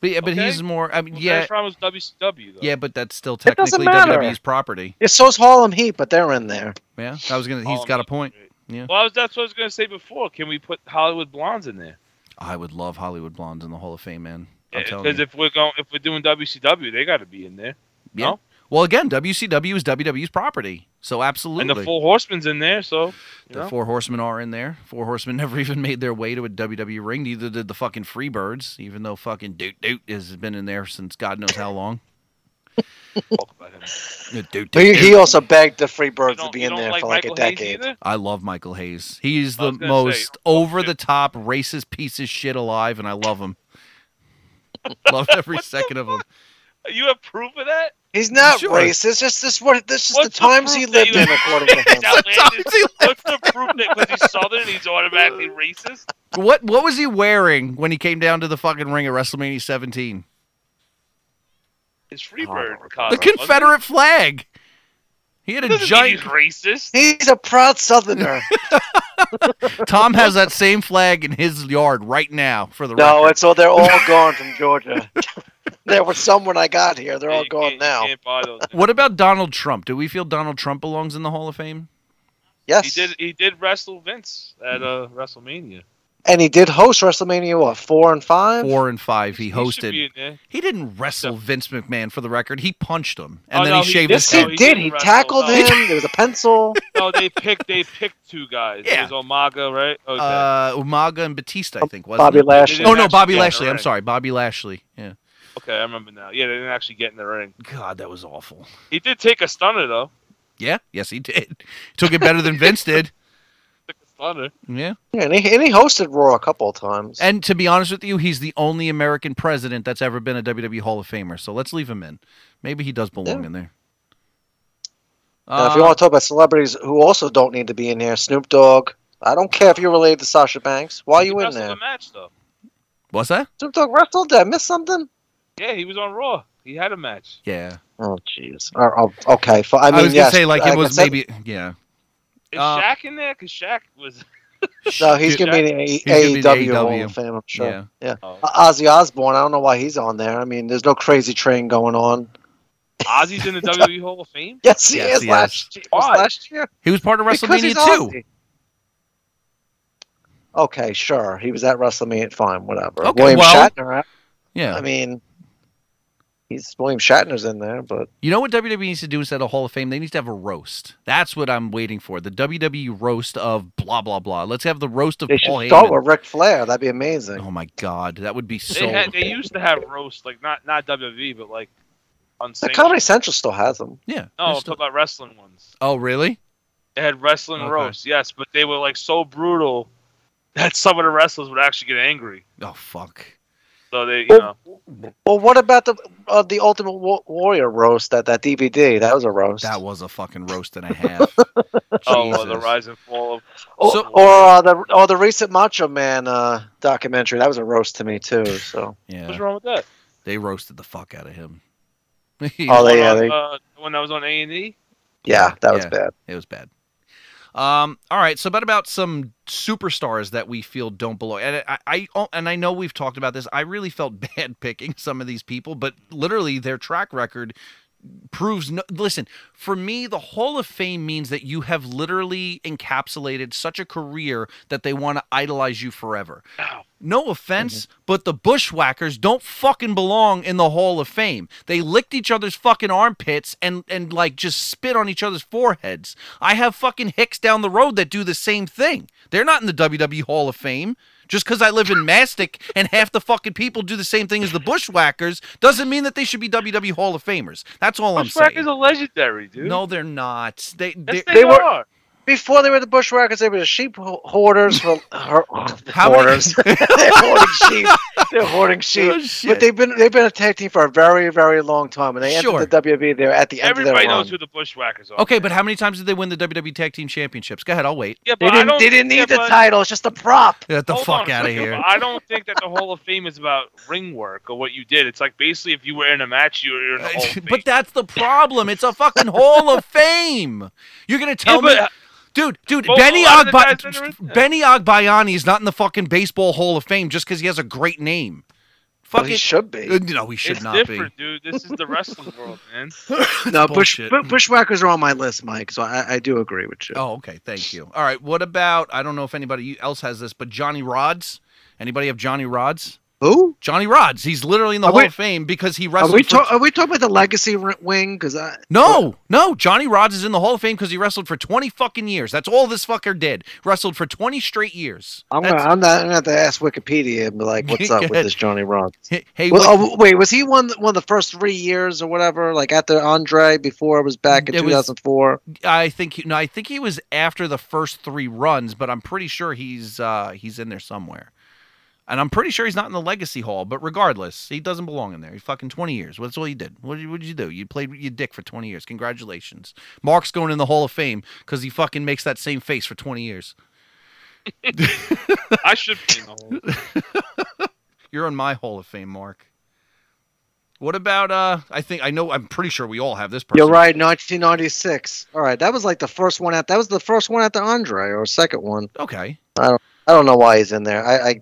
S3: But, yeah, but
S4: Okay.
S3: he's more. I mean,
S4: Well,
S3: yeah,
S4: Dennis Rodman's WCW though.
S3: yeah, but that's still
S5: doesn't
S3: technically
S5: matter.
S3: WWE's property.
S5: Yeah, so's Harlem Heat, but they're in there.
S3: Yeah, I was gonna. He's
S4: Oh,
S3: got a
S4: man.
S3: point.
S4: Well, I was, that's what I was gonna say before. Can we put Hollywood blondes in there?
S3: I would love Hollywood blondes in the Hall of Fame, man. I'm telling
S4: Because
S3: you.
S4: if we're going, if we're doing WCW, they got to be in there.
S3: Yeah.
S4: no?
S3: Well, again, WCW is WWE's property, so absolutely.
S4: And the Four Horsemen's in there, so you
S3: The
S4: know.
S3: Four Horsemen are in there. Four Horsemen [laughs] never even made their way to a WWE ring. Neither did the fucking Freebirds, even though fucking Doot Doot has been in there since God knows how long. [laughs]
S4: talk about him.
S3: Yeah, Doot,
S5: He,
S3: Doot,
S5: he
S3: Doot.
S5: also begged the Free
S4: You
S5: Birds to
S4: don't-
S5: be
S4: you
S5: in
S4: don't
S5: there
S4: like
S5: for like
S4: Michael
S5: a
S4: Hayes
S5: decade.
S4: either?
S3: I love Michael Hayes. He's
S4: I
S3: the
S4: was gonna say, oh,
S3: most
S4: you're a
S3: over the top racist piece of shit alive, and I love
S4: [laughs]
S3: him. love every second of him.
S4: You approve of that?
S5: He's not
S3: Sure.
S5: racist. This is what this is
S4: What's
S5: the times he
S4: proof that
S5: lived
S4: you-
S5: in, according to him. [laughs]
S4: It's [laughs] outlandish.
S3: [laughs] Sometimes he-
S4: What's the proof that because he's Southern, he's
S3: [laughs]
S4: automatically racist?
S3: What what was he wearing when he came down to the fucking ring at WrestleMania 17?
S4: It's Freebird.
S5: Oh,
S4: collar,
S3: The
S4: wasn't it?
S3: Confederate flag. He had
S4: That
S3: a
S4: doesn't mean [laughs]
S3: giant.
S4: he's racist.
S5: He's a
S4: [laughs]
S5: proud Southerner.
S3: Tom has that same flag in his yard right now for the
S5: no,
S3: record.
S5: it's all they're all
S4: [laughs]
S5: gone from Georgia. [laughs] there were some when I got here. [laughs] They're
S4: Yeah,
S5: all
S4: you
S5: gone
S4: can't-
S5: now.
S4: You can't buy
S3: [laughs]
S4: those.
S3: What about Donald Trump? Do we feel Donald Trump belongs in the Hall of Fame?
S4: He
S5: Yes,
S4: did. He did wrestle Vince at uh, WrestleMania.
S5: and he did host WrestleMania what four and five.
S3: Four and five. He
S4: should be
S3: hosted.
S4: in there.
S3: He didn't wrestle Vince McMahon for the record. He punched him
S4: Oh,
S3: and then
S4: no,
S3: he
S4: he
S3: shaved
S4: did.
S3: his
S5: Yes, he
S4: No,
S3: head.
S4: he uh,
S5: did.
S4: didn't
S5: He
S4: wrestle,
S5: tackled
S4: no.
S5: him. There was
S4: [laughs]
S5: a pencil.
S4: No, they picked. They picked two guys.
S3: Yeah.
S4: It was Omaga, right? Okay.
S3: Uh, Umaga and Batista, I think. Wasn't
S5: Bobby
S3: it?
S5: Lashley.
S3: Oh no, Bobby
S4: Yeah,
S3: Lashley. I'm
S4: correct.
S3: sorry, Bobby Lashley. Yeah.
S4: Okay, I remember now. Yeah, they didn't actually get in the ring.
S3: God, that was awful.
S4: He did take a stunner though.
S3: Yeah. Yes, he did. [laughs] Took it better than Vince did.
S4: Took a stunner.
S3: Yeah.
S5: Yeah, and, he, and he hosted Raw a couple of times.
S3: And to be honest with you, he's the only American president that's ever been a WWE Hall of Famer. So let's leave him in. Maybe he does belong
S5: Yeah.
S3: in there.
S5: Now, if you
S3: Uh,
S5: want to talk about celebrities who also don't need to be in here, Snoop Dogg. I don't care if you're related to Sasha Banks. Why are you
S4: he
S5: in
S4: wrestled
S5: there?
S4: a match though.
S3: what's that?
S5: Snoop Dogg wrestled. Did I miss something?
S4: Yeah, he was on Raw. He had a match.
S3: Yeah.
S5: Oh, jeez. Or- or- okay. fi- I
S3: I,
S5: mean,
S3: was
S5: yes,
S3: gonna say like
S5: I
S3: it was
S5: said-
S3: maybe yeah.
S4: Is
S3: Uh,
S4: Shaq in there? Cause Shaq was. [laughs]
S5: No, uh, he's
S4: Dude,
S5: gonna be in the
S3: gonna be in the
S5: AEW Hall
S3: AEW.
S5: of Fame. I'm sure.
S3: Yeah.
S4: Oh.
S5: Uh, Ozzy Osbourne. I don't know why he's on there. I mean, there's no crazy train going on.
S4: Ozzy's
S5: [laughs]
S4: in the WWE Hall of Fame.
S5: Yes, he
S3: Yes,
S5: is.
S3: he
S5: last, year. was
S4: Why?
S5: last year.
S3: He was part of
S5: Because
S3: WrestleMania
S5: he's
S3: too.
S5: Ozzy. Okay, sure. He was at WrestleMania. Fine, whatever.
S3: Okay,
S5: William
S3: well-
S5: Shatner.
S3: Yeah.
S5: I mean, he's William Shatner's in there, but
S3: You know what WWE needs to do instead of Hall of Fame? They need to have a roast. That's what I'm waiting for. The WWE roast of blah blah blah. Let's have the roast of
S5: they
S3: Paul
S5: should start
S3: Heyman.
S5: with Ric Flair. That'd be amazing.
S3: Oh my god, that would be so.
S4: They had, they used to have roasts like not not WWE but like on
S5: The Comedy Central still has them.
S3: yeah.
S4: No, I'm
S3: there's still-
S4: talking about wrestling ones.
S3: oh really?
S4: They had wrestling
S3: Okay.
S4: roasts, yes, but they were like so brutal that some of the wrestlers would actually get angry.
S3: Oh fuck.
S4: So they, you
S5: Well,
S4: know,
S5: Well, what about the uh, the Ultimate Wa- Warrior roast? That that DVD that was a roast.
S3: That was a fucking roast
S5: [laughs]
S3: and a half.
S4: oh, uh, the
S3: Jesus.
S4: rise and fall of.
S5: Or,
S3: So-
S5: or uh, the or the recent Macho Man uh, documentary that was a roast to me
S3: [laughs]
S5: too.
S4: What's
S5: So
S3: Yeah,
S4: wrong with that?
S3: they roasted the fuck out of him. [laughs]
S5: Oh, they-
S4: One
S5: yeah,
S4: on,
S5: they-
S4: uh, the one that was on A and E.
S5: yeah, that was
S3: Yeah.
S5: bad.
S3: It was bad. Um, all right, so about about some superstars that we feel don't belong, and I, I oh, and I know we've talked about this. I really felt [laughs] bad picking some of these people, but literally their track record proves no. Listen, for me, the Hall of Fame means that you have literally encapsulated such a career that they want to idolize you forever. No offense, but the Bushwhackers don't fucking belong in the Hall of Fame. They licked each other's fucking armpits and and like just spit on each other's foreheads. I have fucking hicks down the road that do the same thing. They're not in the WWE Hall of Fame. Just because I live in Mastic and half the fucking people do the same thing as the Bushwhackers doesn't mean that they should be WWE Hall of Famers. That's all I'm
S4: Bushwhackers
S3: saying.
S4: are legendary, dude.
S3: No, they're not. They, they,
S4: yes, they,
S5: they were-
S4: are.
S5: Before they were the bushwhackers, they were the sheep ho- hoarders for her,
S3: [laughs]
S5: [laughs]
S3: How many- [laughs]
S5: hoarders. [laughs] They're hoarding sheep. They're hoarding sheep.
S3: Oh, shit.
S5: But they've been they've been a tag team for a very very long time, and they
S3: Sure.
S5: entered the WWE there at the end
S4: Everybody
S5: of their
S4: knows
S5: run.
S4: who the Bushwhackers are.
S3: Okay, but how many times did they win the WWE Tag Team Championships? Go ahead, I'll wait.
S4: yeah, but
S5: They
S4: I
S5: didn't
S4: don't,
S5: they didn't need
S4: yeah,
S5: the
S4: but-
S5: title. It's just a prop.
S3: Get the
S4: Hold
S3: fuck
S4: on a
S3: out of
S4: second,
S3: here.
S4: but I don't think that the Hall of Fame is about ring work or what you did. It's like basically if you were in a match, you
S3: [laughs]
S4: were in the Hall of Fame.
S3: but that's the problem. It's a fucking Hall
S4: [laughs]
S3: of Fame. You're gonna
S4: Yeah,
S3: tell
S4: but- uh,
S3: me, dude, dude,
S4: Well,
S3: Benny
S4: a lot of the guys that are in
S3: Ogba-
S4: there.
S3: Benny Ogbayani is not in the fucking baseball Hall of Fame just because he has a great name.
S5: Well,
S3: Fuck
S5: he
S3: it.
S5: should
S3: Uh,
S5: be.
S3: No, he should
S4: it's
S3: not
S4: different, dude. This is the wrestling world, man.
S5: No, bush,
S3: bullshit. Hmm.
S5: bu- bushwhackers are on my list, Mike. So I, I do agree with you.
S3: be. Oh, okay. Thank you. All right. What about? I don't know if anybody else has this, but Johnny Rods. Anybody have Johnny Rods?
S5: Who?
S3: Johnny Rods. He's literally in the
S5: Are
S3: Hall
S5: we-
S3: of Fame because he
S5: Are
S3: wrestled.
S5: we,
S3: for-
S5: ta- are we talking about the legacy r- wing? Because I
S3: No, no. Johnny Rods is in the Hall of Fame because he wrestled for 20 fucking years. That's all this fucker did. Wrestled for 20 straight years.
S5: I'm gonna,
S3: That's-
S5: I'm not gonna have to ask Wikipedia and be
S3: [laughs]
S5: like, what's up
S3: Good.
S5: with this Johnny Rock?
S3: Hey, hey,
S5: Well,
S3: what-
S5: oh, wait, was he one one of the first three years or whatever? Like after Andre, before it was back in
S3: It was-
S5: 2004.
S3: I think he, no, I think he was after the first three runs, but I'm pretty sure he's uh, he's in there somewhere. And I'm pretty sure he's not in the Legacy Hall. But regardless, he doesn't belong in there. He fucking 20 years. That's all you did. What did you, what did you do? You played your dick for 20 years. Congratulations. Mark's going in the Hall of Fame because he fucking makes that same face for 20 years.
S4: I should be in the Hall. of Fame.
S3: You're on my Hall of Fame, Mark. What about uh I think I know I'm pretty sure we all have this person.
S5: You're right, 1996. All right, that was like the first one out. That was the first one after Andre or second one.
S3: Okay.
S5: I don't know why he's in there. I, I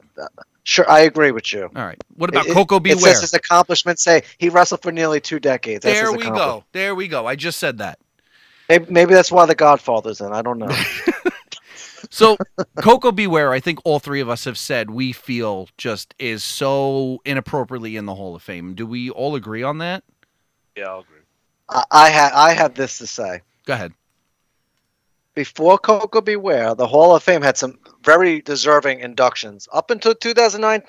S5: sure I agree with you.
S3: All right. What about
S5: It- it-
S3: Coco
S5: It
S3: Beware?
S5: says his accomplishments say he wrestled for nearly two decades. That's
S3: There
S5: his
S3: we go.
S5: accomplishment.
S3: There we go. I just said that.
S5: Maybe, maybe that's why the Godfather's in. I
S3: [laughs]
S5: don't know. [laughs]
S3: So Coco Beware, I think all three of us have said we feel just is so inappropriately in the Hall of Fame. Do we all agree on that?
S4: Yeah, I'll agree.
S5: I, I ha- I have this to say.
S3: Go ahead.
S5: before Coco Beware, the Hall of Fame had some very deserving inductions. Up until 2009,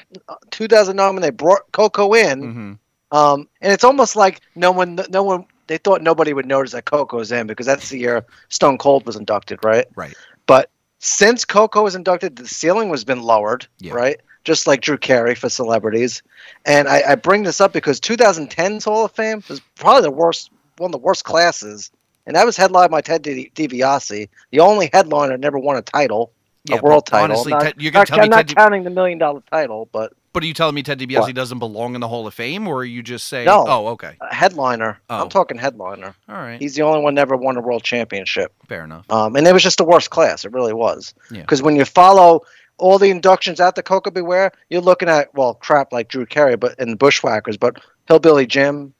S5: 2009 when they brought Coco in,
S3: hmm
S5: um, and it's almost like no one, no one, they thought nobody would notice that Coco was in because that's the year Stone Cold was inducted, right?
S3: Right.
S5: But since Coco was inducted, the ceiling has been lowered,
S3: Yeah.
S5: right? Just like Drew Carey for celebrities. And I, I bring this up because 2010's Hall of Fame was probably the worst, one of the worst classes. And that was headlined by Ted Di- DiBiase, the only headliner that never won a title, a world title.
S3: Honestly,
S5: I'm not,
S3: Ted, you're gonna
S5: not-
S3: tell me
S5: I'm not
S3: Ted,
S5: counting the million dollar title, but
S3: but are you telling me Ted DiBiase
S5: What?
S3: doesn't belong in the Hall of Fame, or are you just saying?
S5: No.
S3: Oh, okay.
S5: a headliner.
S3: Oh.
S5: I'm talking headliner.
S3: All right.
S5: He's the only one never won a world championship.
S3: Fair enough.
S5: Um, and it was just the worst class. It really was.
S3: Yeah.
S5: Because when you follow all the inductions at the Coca Beware, you're looking at well, crap like Drew Carey, but and the Bushwhackers, but Hillbilly Jim,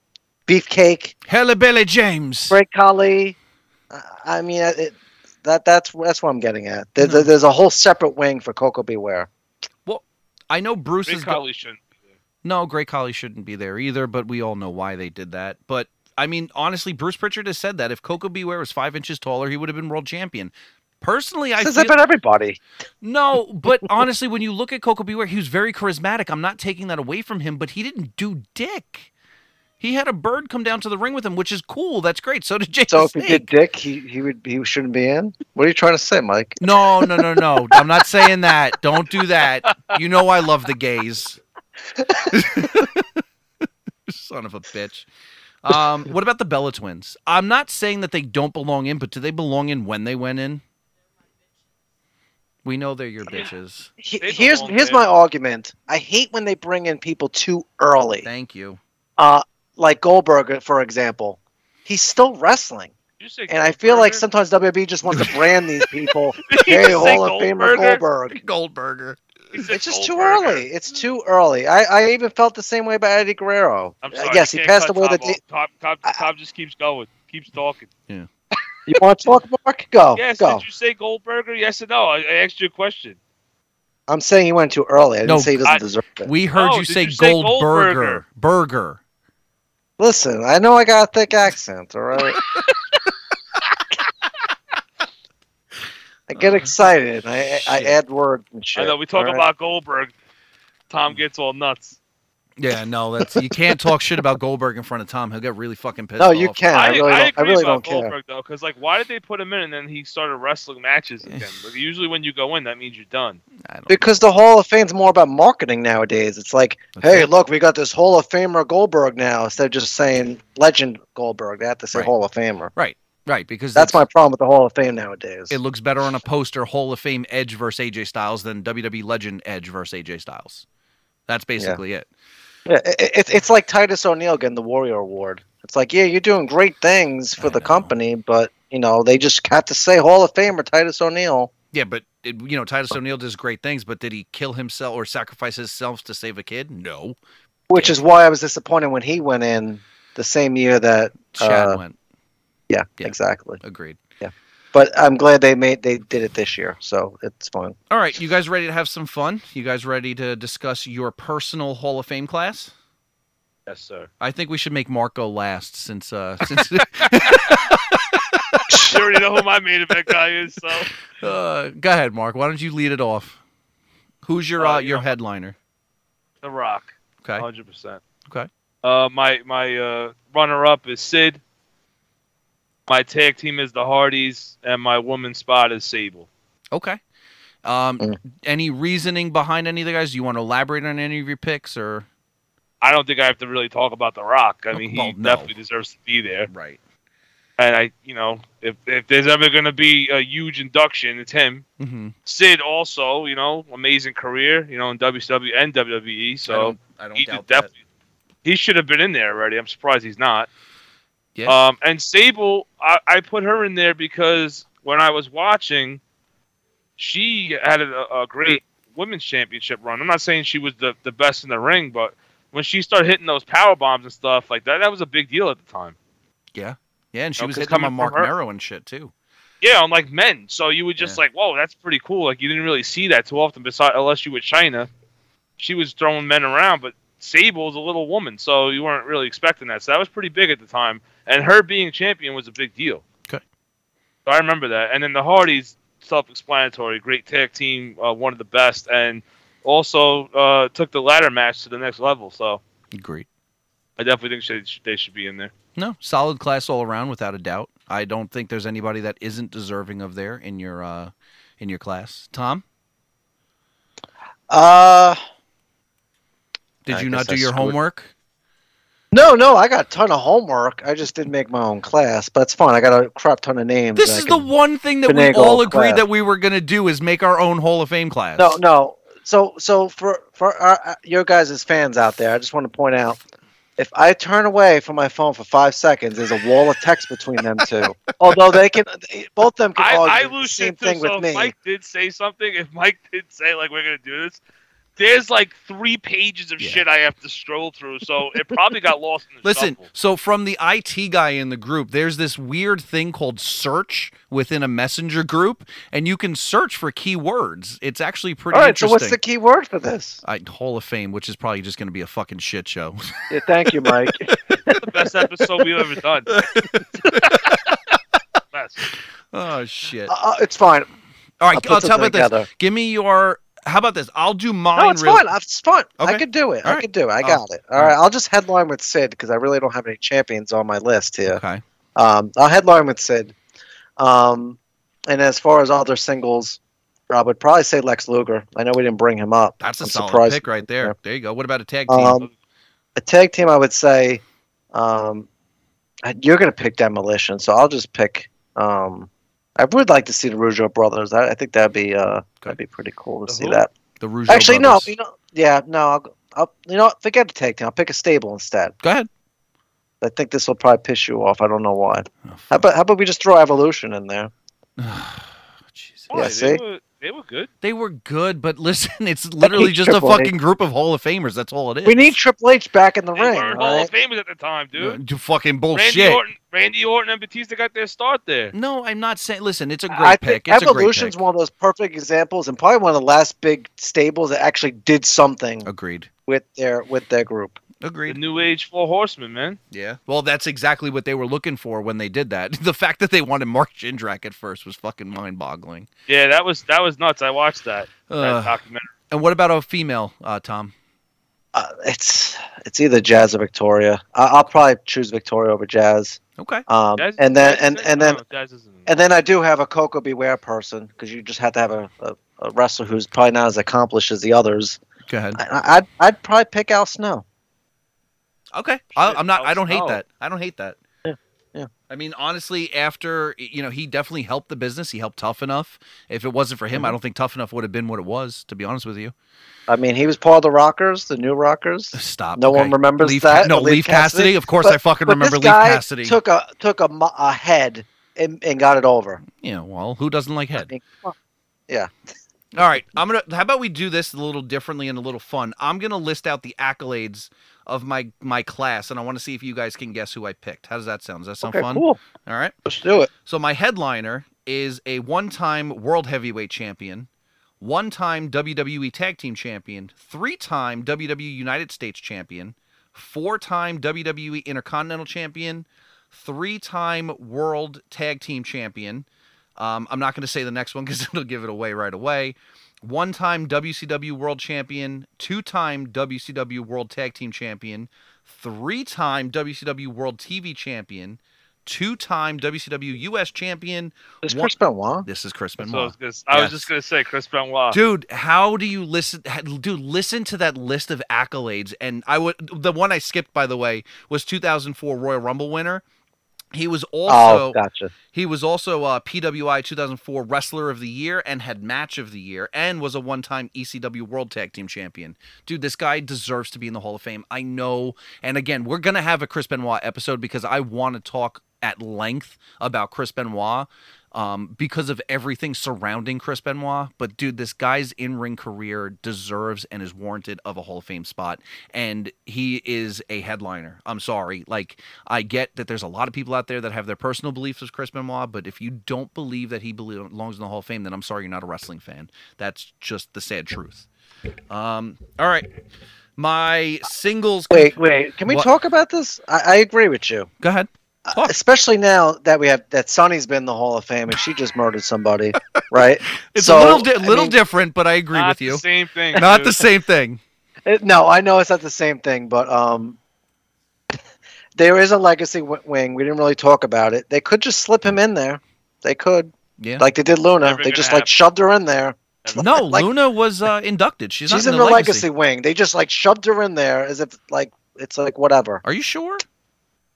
S5: Beefcake,
S3: Hella Billy James.
S5: Great Khali. I- I mean, it, that that's that's what I'm getting at. There,
S3: No.
S5: There's a whole separate wing for Coco Beware.
S3: I know Bruce
S4: Big
S3: is. go-
S4: Khali shouldn't. be there.
S3: No, Great Collie shouldn't be there either, but we all know why they did that. But I mean, honestly, Bruce Pritchard has said that if Coco Beware was five inches taller, he would have been world champion. Personally, I
S5: Says
S3: feel,
S5: that about everybody.
S3: [laughs] no, but honestly, when you look at Coco Beware, he was very charismatic. I'm not taking that away from him, but he didn't do dick. He had a bird come down to the ring with him, which is cool. That's great. So did Jake.
S5: So
S3: the
S5: if he
S3: Snake.
S5: did dick, he, he would he shouldn't be in. What are you trying to say, Mike?
S3: No, no, no, no. I'm not saying that. Don't do that. You know I love the gays. [laughs] Son of a bitch. Um, what about the Bella twins? I'm not saying that they don't belong in, but do they belong in when they went in? We know they're your bitches.
S5: He-
S4: They
S5: here's
S4: belong
S5: here's
S4: there.
S5: my argument. I hate when they bring in people too early.
S3: Thank you.
S5: Uh, like Goldberg, for example. He's still wrestling.
S4: Did you say
S5: And I feel like
S4: Goldberger?
S5: sometimes WB just wants to brand these people.
S4: [laughs] Did you
S5: hey,
S4: say
S5: Hall of Famer
S4: Goldberger? [laughs]
S3: Goldberger.
S5: Goldberg.
S4: He said
S5: It's just too
S4: Goldberger.
S5: early. It's too early. I, I even felt the same way about Eddie Guerrero.
S4: I'm
S5: Uh,
S4: sorry,
S5: yes,
S4: you
S5: he
S4: can't
S5: passed
S4: cut
S5: away. The
S4: Tom off.
S5: day-
S4: Tom, Tom,
S5: I-
S4: Tom just keeps going, keeps talking.
S5: you want to talk, Mark? Go,
S4: yes,
S5: Oh, go.
S4: did you say Goldberger? Yes or no? I, I asked you a question.
S5: I'm saying he went too early. I didn't
S3: No,
S5: say he doesn't
S4: I-
S5: deserve it.
S3: We heard
S4: No,
S3: you
S4: Oh, did
S3: say
S4: you say
S3: Goldberger. Burger.
S5: Listen, I know I got a thick accent, all
S3: [laughs]
S5: right? I get excited. I, I
S3: Shit.
S5: add words and shit.
S4: I know we talk
S5: all right?
S4: about Goldberg. Tom gets all nuts.
S3: Yeah, no, that's you can't talk shit about Goldberg in front of Tom. He'll get really fucking pissed
S5: No,
S3: off.
S5: you can. I, really don't, I
S4: agree
S5: really don't
S4: about
S5: care.
S4: Goldberg though, because like, why did they put him in and then he started wrestling matches
S5: [sighs]
S4: again? Like, usually, when you go in, that means you're done.
S3: I don't-
S5: Because the Hall of Fame's more about marketing nowadays. It's like,
S3: That's
S5: hey,
S3: it.
S5: look, we got this Hall of Famer Goldberg now. Instead of just saying legend Goldberg, they have to say
S3: Right.
S5: Hall of Famer.
S3: right, because
S5: That's
S3: it's-
S5: my problem with the Hall of Fame nowadays.
S3: it looks better on a poster Hall of Fame Edge versus AJ Styles than WWE Legend Edge versus AJ Styles. That's basically it.
S5: Yeah, it, it, it's like Titus O'Neil getting the Warrior Award. It's like, yeah, you're doing great things for
S3: I
S5: the
S3: know.
S5: company, but you know they just have to say Hall of Famer Titus O'Neil.
S3: Yeah, but it, you know Titus O'Neil does great things, but did he kill himself or sacrifice himself to save a kid? No.
S5: Which
S3: Yeah.
S5: is why I was disappointed when he went in the same year that.
S3: Chad
S5: Uh,
S3: went.
S5: Yeah,
S3: Yeah.
S5: exactly.
S3: Agreed.
S5: But I'm glad they made they did it this year, so it's fine.
S3: All right, you guys ready to have some fun? You guys ready to discuss your personal Hall of Fame class?
S4: Yes, sir.
S3: I think we should make Marco last since uh [laughs] since
S4: you already know who my main event guy is. So
S5: [laughs]
S3: uh go ahead, Mark. Why don't you lead it off? Who's your
S4: Uh,
S3: uh,
S4: you
S3: your
S4: know-
S3: headliner?
S4: The Rock,
S3: Okay.
S4: hundred percent.
S3: Okay.
S4: Uh, my my uh, runner up is Sid. My tag team is the Hardys, and my woman spot is Sable.
S3: Okay. Um,
S5: Mm.
S3: any reasoning behind any of the guys? Do you want to elaborate on any of your picks or?
S4: I don't think I have to really talk about The Rock. I mean, he
S3: Well, no.
S4: definitely deserves to be there.
S3: Right.
S4: And I, you know, if if there's ever gonna be a huge induction, it's him.
S3: Mm-hmm.
S4: Sid also, you know, amazing career, you know, in WCW and WWE.
S3: I
S4: E, So
S3: don't, I don't
S4: he
S3: doubt that.
S4: did definitely. He should have been in there already. I'm surprised he's not.
S3: Yeah.
S4: Um, and Sable, I, I put her in there because when I was watching, she had a, a great women's championship run. I'm not saying she was the, the best in the ring, but when she started hitting those power bombs and stuff like that, that was a big deal at the time.
S3: Yeah, and she
S4: No,
S3: was
S4: 'cause
S3: hitting him
S4: coming
S3: on
S4: from
S3: Mark
S4: her-
S3: Merrow and shit too.
S4: Yeah, on like men. So you were just
S3: Yeah.
S4: like, whoa, that's pretty cool. Like you didn't really see that too often, besides unless you were China. She was throwing men around, but Sable's a little woman, so you weren't really expecting that. So that was pretty big at the time, and her being champion was a big deal.
S3: Okay.
S4: So I remember that, and then the Hardys, self-explanatory, great tag team, uh, one of the best, and also uh, took the ladder match to the next level. So
S3: Agreed.
S4: I definitely think she, they should be in there.
S3: No, solid class all around, without a doubt. I don't think there's anybody that isn't deserving of there in your uh, in your class. Tom,
S5: Uh,
S3: did
S5: I
S3: you
S5: guess
S3: not
S5: I
S3: do your
S5: screwed-
S3: homework?
S5: no, no, I got a ton of homework. I just didn't make my own class, but it's fine. I got a crap ton of names.
S3: This
S5: that I
S3: is the
S5: can-
S3: one thing that we
S5: finagle
S3: all agreed
S5: class.
S3: that we were gonna do is make our own Hall of Fame class.
S5: No, no. So, so for for our, uh, your guys as fans out there, I just want to point out: if I turn away from my phone for five seconds, there's a wall of text between them [laughs] two. Although they can, both of them can
S4: I, I
S5: argue the
S4: lose
S5: same
S4: shit too.
S5: thing
S4: so
S5: with
S4: if
S5: me.
S4: [laughs] Mike did say something, if Mike did say like we're gonna do this, there's like three pages of
S3: Yeah.
S4: shit I have to stroll through, so it probably got lost in the
S3: Listen,
S4: shuffle.
S3: so from the IT guy in the group, there's this weird thing called search within a messenger group, and you can search for keywords. It's actually pretty
S5: All right, so
S3: interesting.
S5: what's the key word for this?
S3: I, Hall of Fame, which is probably just going to be a fucking shit show. [laughs]
S5: Yeah, thank you, [laughs] Mike. Uh,
S4: the best episode we've
S3: [laughs]
S4: ever done. Best.
S3: oh shit!
S5: uh, it's fine.
S3: All
S5: I'll
S3: right,
S5: put
S3: I'll tell
S5: something
S3: about this.
S5: together.
S3: Give me your. How about this? I'll do mine.
S5: No, it's
S3: real-
S5: fine. It's fine.
S3: Okay.
S5: I could do it.
S3: All
S5: I
S3: right.
S5: could do it. I
S3: Oh.
S5: got it. All
S3: All
S5: right.
S3: right.
S5: I'll just headline with Sid because I really don't have any champions on my list here.
S3: Okay.
S5: Um, I'll headline with Sid. Um, and as far as other singles, I would probably say Lex Luger. I know we didn't bring him up.
S3: That's a
S5: I'm
S3: solid
S5: surprised.
S3: pick right there.
S5: Yeah.
S3: There you go. What about a tag team?
S5: Um, a tag team, I would say. Um, you're going to pick Demolition, so I'll just pick. Um, I would like to see the Rougeau brothers. I, I think that'd be uh, that'd be pretty cool to
S4: The
S5: see
S4: who?
S5: that.
S3: the Rougeau
S5: Actually,
S3: brothers.
S5: no. You know, yeah, no. I'll, go- I'll, you know, what, forget the tag team. I'll pick a stable instead.
S3: Go ahead.
S5: I think this will probably piss you off. I don't know why.
S3: Oh,
S5: How
S3: fuck.
S5: about how about we just throw Evolution in there?
S3: [sighs] Jesus.
S4: Why?
S5: see?
S4: they, were, they were good.
S3: They were good, but [laughs] listen, it's literally just a
S5: Triple H.
S3: fucking group of Hall of Famers. That's all it is.
S5: We need Triple H back in the
S4: They
S5: ring.
S4: were
S5: all
S4: Hall
S5: right?
S4: of Famers at the time,
S3: Uh,
S4: dude.
S3: you fucking
S4: Randy
S3: bullshit.
S4: Orton, Randy Orton and Batista got their start there.
S3: No, I'm not saying. Listen, it's a great
S5: I think
S3: pick. It's a great
S5: Evolution's
S3: pick.
S5: one of those perfect examples, and probably one of the last big stables that actually did something
S3: Agreed.
S5: with their with their group.
S4: The
S3: Agreed.
S4: New Age Four Horsemen, man.
S3: Yeah. Well, that's exactly what they were looking for when they did that. [laughs] The fact that they wanted Mark Jindrak at first was fucking mind-boggling.
S4: Yeah, that was that was nuts. I watched that, that
S3: Uh,
S4: documentary.
S3: and what about a female, uh, Tom?
S5: Uh, it's it's either Jazz or Victoria. I, I'll probably choose Victoria over Jazz.
S3: Okay.
S5: Um,
S4: Jazz-
S5: and then
S4: Jazz-
S5: and,
S4: Jazz-
S5: and then
S4: no, Jazz isn't-
S5: And then I do have a Coco Beware person because you just have to have a, a, a wrestler who's probably not as accomplished as the others.
S3: Go ahead.
S5: I, I- I'd I'd probably pick Al Snow.
S3: Okay. I,
S4: Shit,
S3: I'm not.
S4: Al
S3: I don't hate
S4: Snow.
S3: that. I don't hate that.
S5: Oh. Yeah, yeah.
S3: I mean, honestly, after you know, he definitely helped the business. He helped Tough Enough. If it wasn't for
S5: Mm-hmm.
S3: him, I don't think Tough Enough would have been what it was. To be honest with you.
S5: I mean, he was part of the Rockers, the New Rockers.
S3: Stop.
S5: No one
S3: okay.
S5: remembers
S3: Leaf,
S5: that.
S3: No,
S5: Leaf
S3: Leaf Cassidy.
S5: Cassidy.
S3: Of course, I fucking
S5: But
S3: remember
S5: this
S3: Leaf
S5: guy
S3: Cassidy.
S5: took a took a, mo- a head and, and got it over.
S3: yeah. Well, who doesn't like
S5: I
S3: head?
S5: mean,
S3: All right, I'm gonna. How about we do this a little differently and a little fun? I'm gonna list out the accolades of my my class, and I want to see if you guys can guess who I picked. How does that sound? Does that sound
S5: okay,
S3: fun?
S5: cool.
S3: All right.
S5: Let's do it.
S3: So my headliner is a one-time world heavyweight champion, one-time WWE Tag Team Champion, three-time WWE United States Champion, four-time WWE Intercontinental Champion, three-time World Tag Team Champion. Um, I'm not going to say the next one because [laughs] it'll give it away right away. One time WCW World Champion, two time WCW World Tag Team Champion, three time WCW World TV Champion, two time WCW US Champion.
S5: Is
S3: one-
S5: Chris Benoit?
S3: This is Chris
S4: So uh, I
S3: Benoit.
S4: was, gonna, I
S3: Yes.
S4: was just gonna say Chris Benoit.
S3: Dude, how do you listen? ha- Dude, listen to that list of accolades. And I would the one I skipped, by the way, was 2004 Royal Rumble winner. He was also
S5: oh, gotcha.
S3: he was also uh, PWI 2004 Wrestler of the Year and had Match of the Year and was a one time ECW World Tag Team Champion. Dude, this guy deserves to be in the Hall of Fame. I know. And again, we're going to have a Chris Benoit episode because I want to talk at length about Chris Benoit um, because of everything surrounding Chris Benoit. But dude, this guy's in ring career deserves and is warranted of a Hall of Fame spot. And he is a headliner. I'm sorry. Like, I get that there's a lot of people out there that have their personal beliefs of Chris Benoit, but if you don't believe that he belo- belongs in the Hall of Fame, then I'm sorry you're not a wrestling fan. That's just the sad truth. Um, all right. My singles.
S5: Wait, wait. Can we
S3: What-
S5: talk about this? I, I agree with you.
S3: Go ahead.
S5: Uh, especially now that we have that Sonny's been in the Hall of Fame and she just
S3: [laughs]
S5: murdered somebody, right?
S3: It's
S5: So,
S3: a little, di-
S5: I
S3: little
S5: mean,
S3: different, but I agree
S4: not
S3: with
S4: the
S3: you.
S4: Same thing.
S3: Not
S4: dude.
S3: the same thing.
S5: it- no, I know it's not the same thing, but um, [laughs] there is a legacy w- wing. We didn't really talk about it. They could just slip him in there. They could,
S3: Yeah.
S5: like they did Luna.
S4: Never
S5: they
S4: gonna
S5: just
S4: happen.
S5: like shoved her in there. [laughs]
S3: no,
S5: like-
S3: Luna was uh, inducted. She's,
S5: She's
S3: not
S5: in
S3: in
S5: the legacy.
S3: legacy.
S5: wing. They just like shoved her in there as if like it's like whatever.
S3: Are you sure?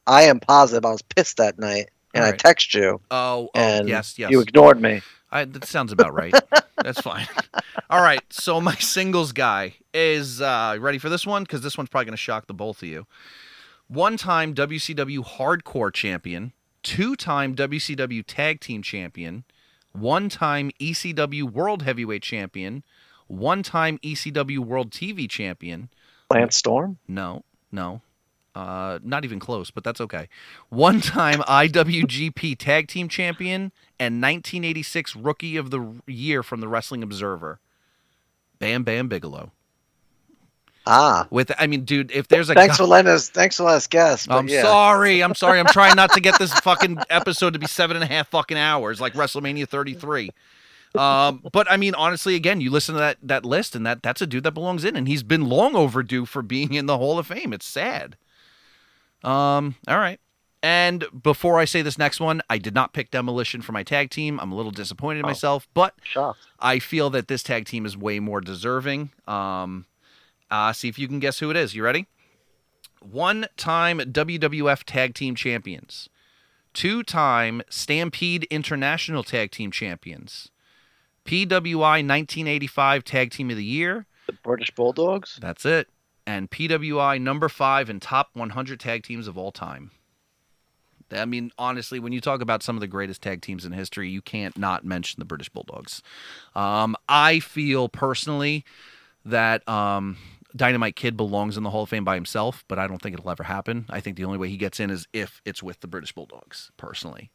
S5: I am positive. I was pissed that night, and I
S3: Alright.
S5: text you,
S3: Oh, oh
S5: and
S3: yes, yes.
S5: you ignored me.
S3: I, that sounds about right. That's fine. [laughs] All right. So my singles guy is uh, ready for this one because this one's probably going to shock the both of you. One-time WCW Hardcore Champion, two-time E WCW Tag Team Champion, one-time ECW World Heavyweight Champion, one time ECW World TV Champion.
S5: Lance Storm.
S3: No, no. Uh, not even close, but that's okay. One time [laughs] IWGP Tag Team Champion and 1986 Rookie of the Year from the Wrestling Observer. Bam Bam Bigelow.
S5: Ah.
S3: With, I mean, dude, if there's a Um,
S5: Thanks
S3: guy-
S5: for letting us. Thanks for letting us guess. but
S3: I'm
S5: yeah.
S3: sorry. I'm sorry. I'm trying not to get this fucking episode to be seven and a half fucking hours, like WrestleMania 33. Um, but I mean, honestly, again, you listen to that that list, and that that's a dude that belongs in, and he's been long overdue for being in the Hall of Fame. It's sad. Um, all right. And before I say this next one, I did not pick Demolition for my tag team. I'm a little disappointed in
S5: Oh.
S3: myself, but
S5: Shocked.
S3: I feel that this tag team is way more deserving. Um, uh, see if you can guess who it is. You ready? One time WWF Tag Team Champions, two time Stampede International Tag Team Champions, PWI 1985 Tag Team of the Year.
S5: The British Bulldogs.
S3: That's it. And PWI number five and top 100 tag teams of all time. I mean, honestly, when you talk about some of the greatest tag teams in history, you can't not mention the British Bulldogs. Um, I feel personally that um, Dynamite Kid belongs in the Hall of Fame by himself, but I don't think it'll ever happen. I think the only way he gets in is if it's with the British Bulldogs, personally.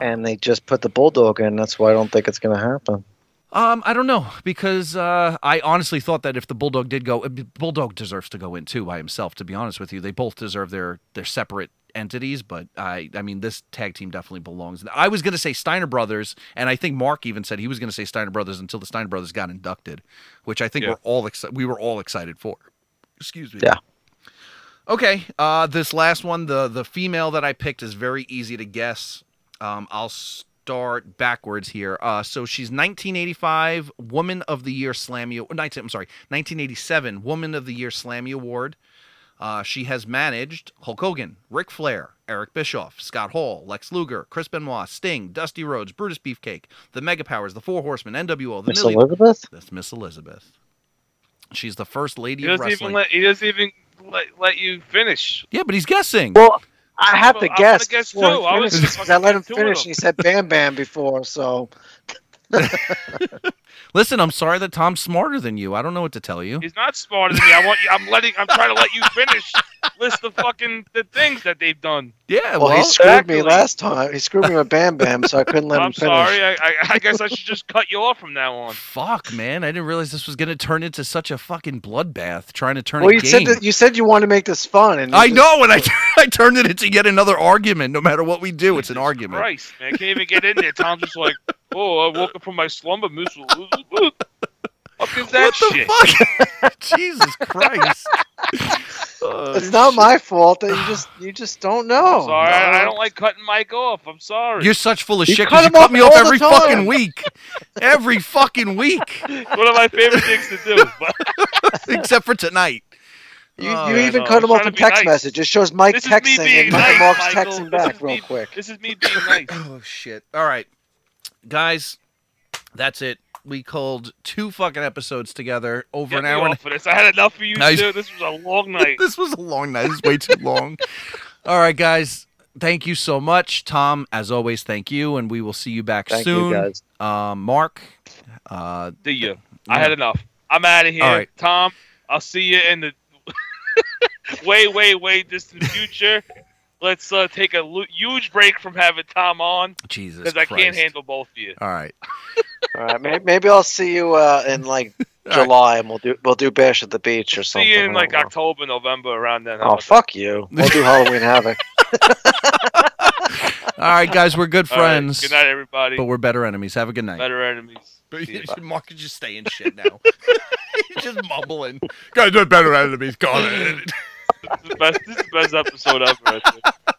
S5: And they just put the Bulldog in. That's why I don't think it's going to happen.
S3: Um, I don't know because uh, I honestly thought that if the bulldog did go, uh, bulldog deserves to go in too by himself. To be honest with you, they both deserve their their separate entities. But I, I mean, this tag team definitely belongs. I was gonna say Steiner Brothers, and I think Mark even said he was gonna say Steiner Brothers until the Steiner Brothers got inducted, which I think
S4: Yeah.
S3: we're all exci- we were all excited for. Excuse me.
S5: Yeah.
S3: Okay. Uh, this last one, the the female that I picked is very easy to guess. Um, I'll start backwards here. Uh, so she's 1985 Woman of the Year Slammy. uh, 19, I'm sorry, 1987 Woman of the Year Slammy Award. Uh, she has managed Hulk Hogan, Ric Flair, Eric Bischoff, Scott Hall, Lex Luger, Chris Benoit, Sting, Dusty Rhodes, Brutus Beefcake, the Mega Powers, the Four Horsemen, NWO, the
S5: Miss
S3: Million.
S5: Elizabeth.
S3: That's Miss Elizabeth. She's the first lady
S4: He
S3: of
S4: doesn't
S3: wrestling.
S4: even let he doesn't even let, let you finish.
S3: yeah, but he's guessing.
S5: Well, I have
S4: Well,
S5: to
S4: I
S5: guess.
S4: wanna guess
S5: before he
S4: too. I was
S5: finishes,
S4: just
S5: 'cause I let him
S4: fucking doing
S5: finish.
S4: them.
S5: He said "Bam Bam" before, so
S3: Listen, I'm sorry that Tom's smarter than you. I don't know what to tell you.
S4: He's not smarter than me. I want you. I'm letting. I'm trying to let you finish. List the fucking the things that they've done.
S3: Yeah,
S5: well,
S3: well,
S5: he screwed
S4: exactly.
S5: me last time. He screwed me with "Bam Bam,"
S4: [laughs]
S5: so I couldn't let
S4: I'm
S5: him finish.
S4: sorry. I, I, I guess I should just cut you off from now on.
S3: fuck, man. I didn't realize this was gonna turn into such a fucking bloodbath. Trying to turn
S5: Well,
S3: a
S5: you
S3: game.
S5: said that you said you wanted to make this fun, and you
S3: I
S5: just-
S3: know, and I, [laughs] I turned it into yet another argument. No matter what we do, it's an argument.
S4: Christ, man, I can't even get in there. Tom's just like, oh, I woke up from my slumber. Moose. Fuck is that
S3: What the
S4: shit?
S3: fuck? [laughs] Jesus
S5: [laughs]
S3: Christ! Oh,
S5: It's not my fault that you just you just don't know.
S4: Sorry, I, I don't like cutting Mike off. I'm sorry.
S3: You're such full of
S5: You
S3: shit
S5: cut
S3: 'cause you
S5: him off
S3: cut me off
S5: all the
S3: every
S5: time.
S3: fucking week. Every fucking week,
S4: One of my favorite things to do. But
S3: except for tonight.
S5: You,
S3: Oh,
S5: you
S3: yeah,
S5: even
S4: no,
S5: cut him
S4: I'm
S5: off
S4: trying
S5: in
S4: to be
S5: text
S4: nice.
S5: message. It shows Mike
S4: This is me
S5: texting
S4: being
S5: and Mike
S4: nice,
S5: Mark's
S4: Michael. This
S5: texting back
S4: is
S5: real
S4: me-
S5: quick.
S4: this is me being
S3: [laughs]
S4: nice.
S3: Oh shit! All right, guys, that's it. We called two fucking episodes together over
S4: Get
S3: an
S4: me
S3: hour.
S4: [laughs]
S3: and
S4: off of this. I had enough of you
S3: Nice.
S4: two. This was a long night.
S3: [laughs] This was a long night. This is way too
S4: [laughs]
S3: long. All right, guys. Thank you so much, Tom. As always, thank you, and we will see you back
S5: Thank
S3: soon.
S5: you guys.
S3: Um, Mark. Uh,
S4: Do you?
S3: Yeah.
S4: I had enough. I'm out of here,
S3: All right.
S4: Tom. I'll see you in the [laughs] way, way, way distant future. Let's uh, take a lu- huge break from having Tom on
S3: Jesus
S4: because I can't
S3: Christ.
S4: handle both of you.
S3: All right.
S5: All right, maybe, maybe I'll see you uh, in
S4: [laughs]
S5: like
S3: All right.
S5: July, and we'll do we'll do Bash at the Beach or something.
S4: See you in
S5: I
S4: like
S5: don't know.
S4: October, November, around then. How
S5: Oh
S4: about
S5: fuck you! We'll do Halloween Havoc.
S3: All right, guys. We're good
S4: that? [laughs] All right.
S3: friends,
S4: Good night, everybody.
S3: but we're better enemies. Have a good night.
S4: Better enemies. See ya.
S3: Mark is just saying [laughs] shit now. He's just mumbling. Guys, we're better enemies. God.
S4: this, is the best, this is the best episode ever. I think.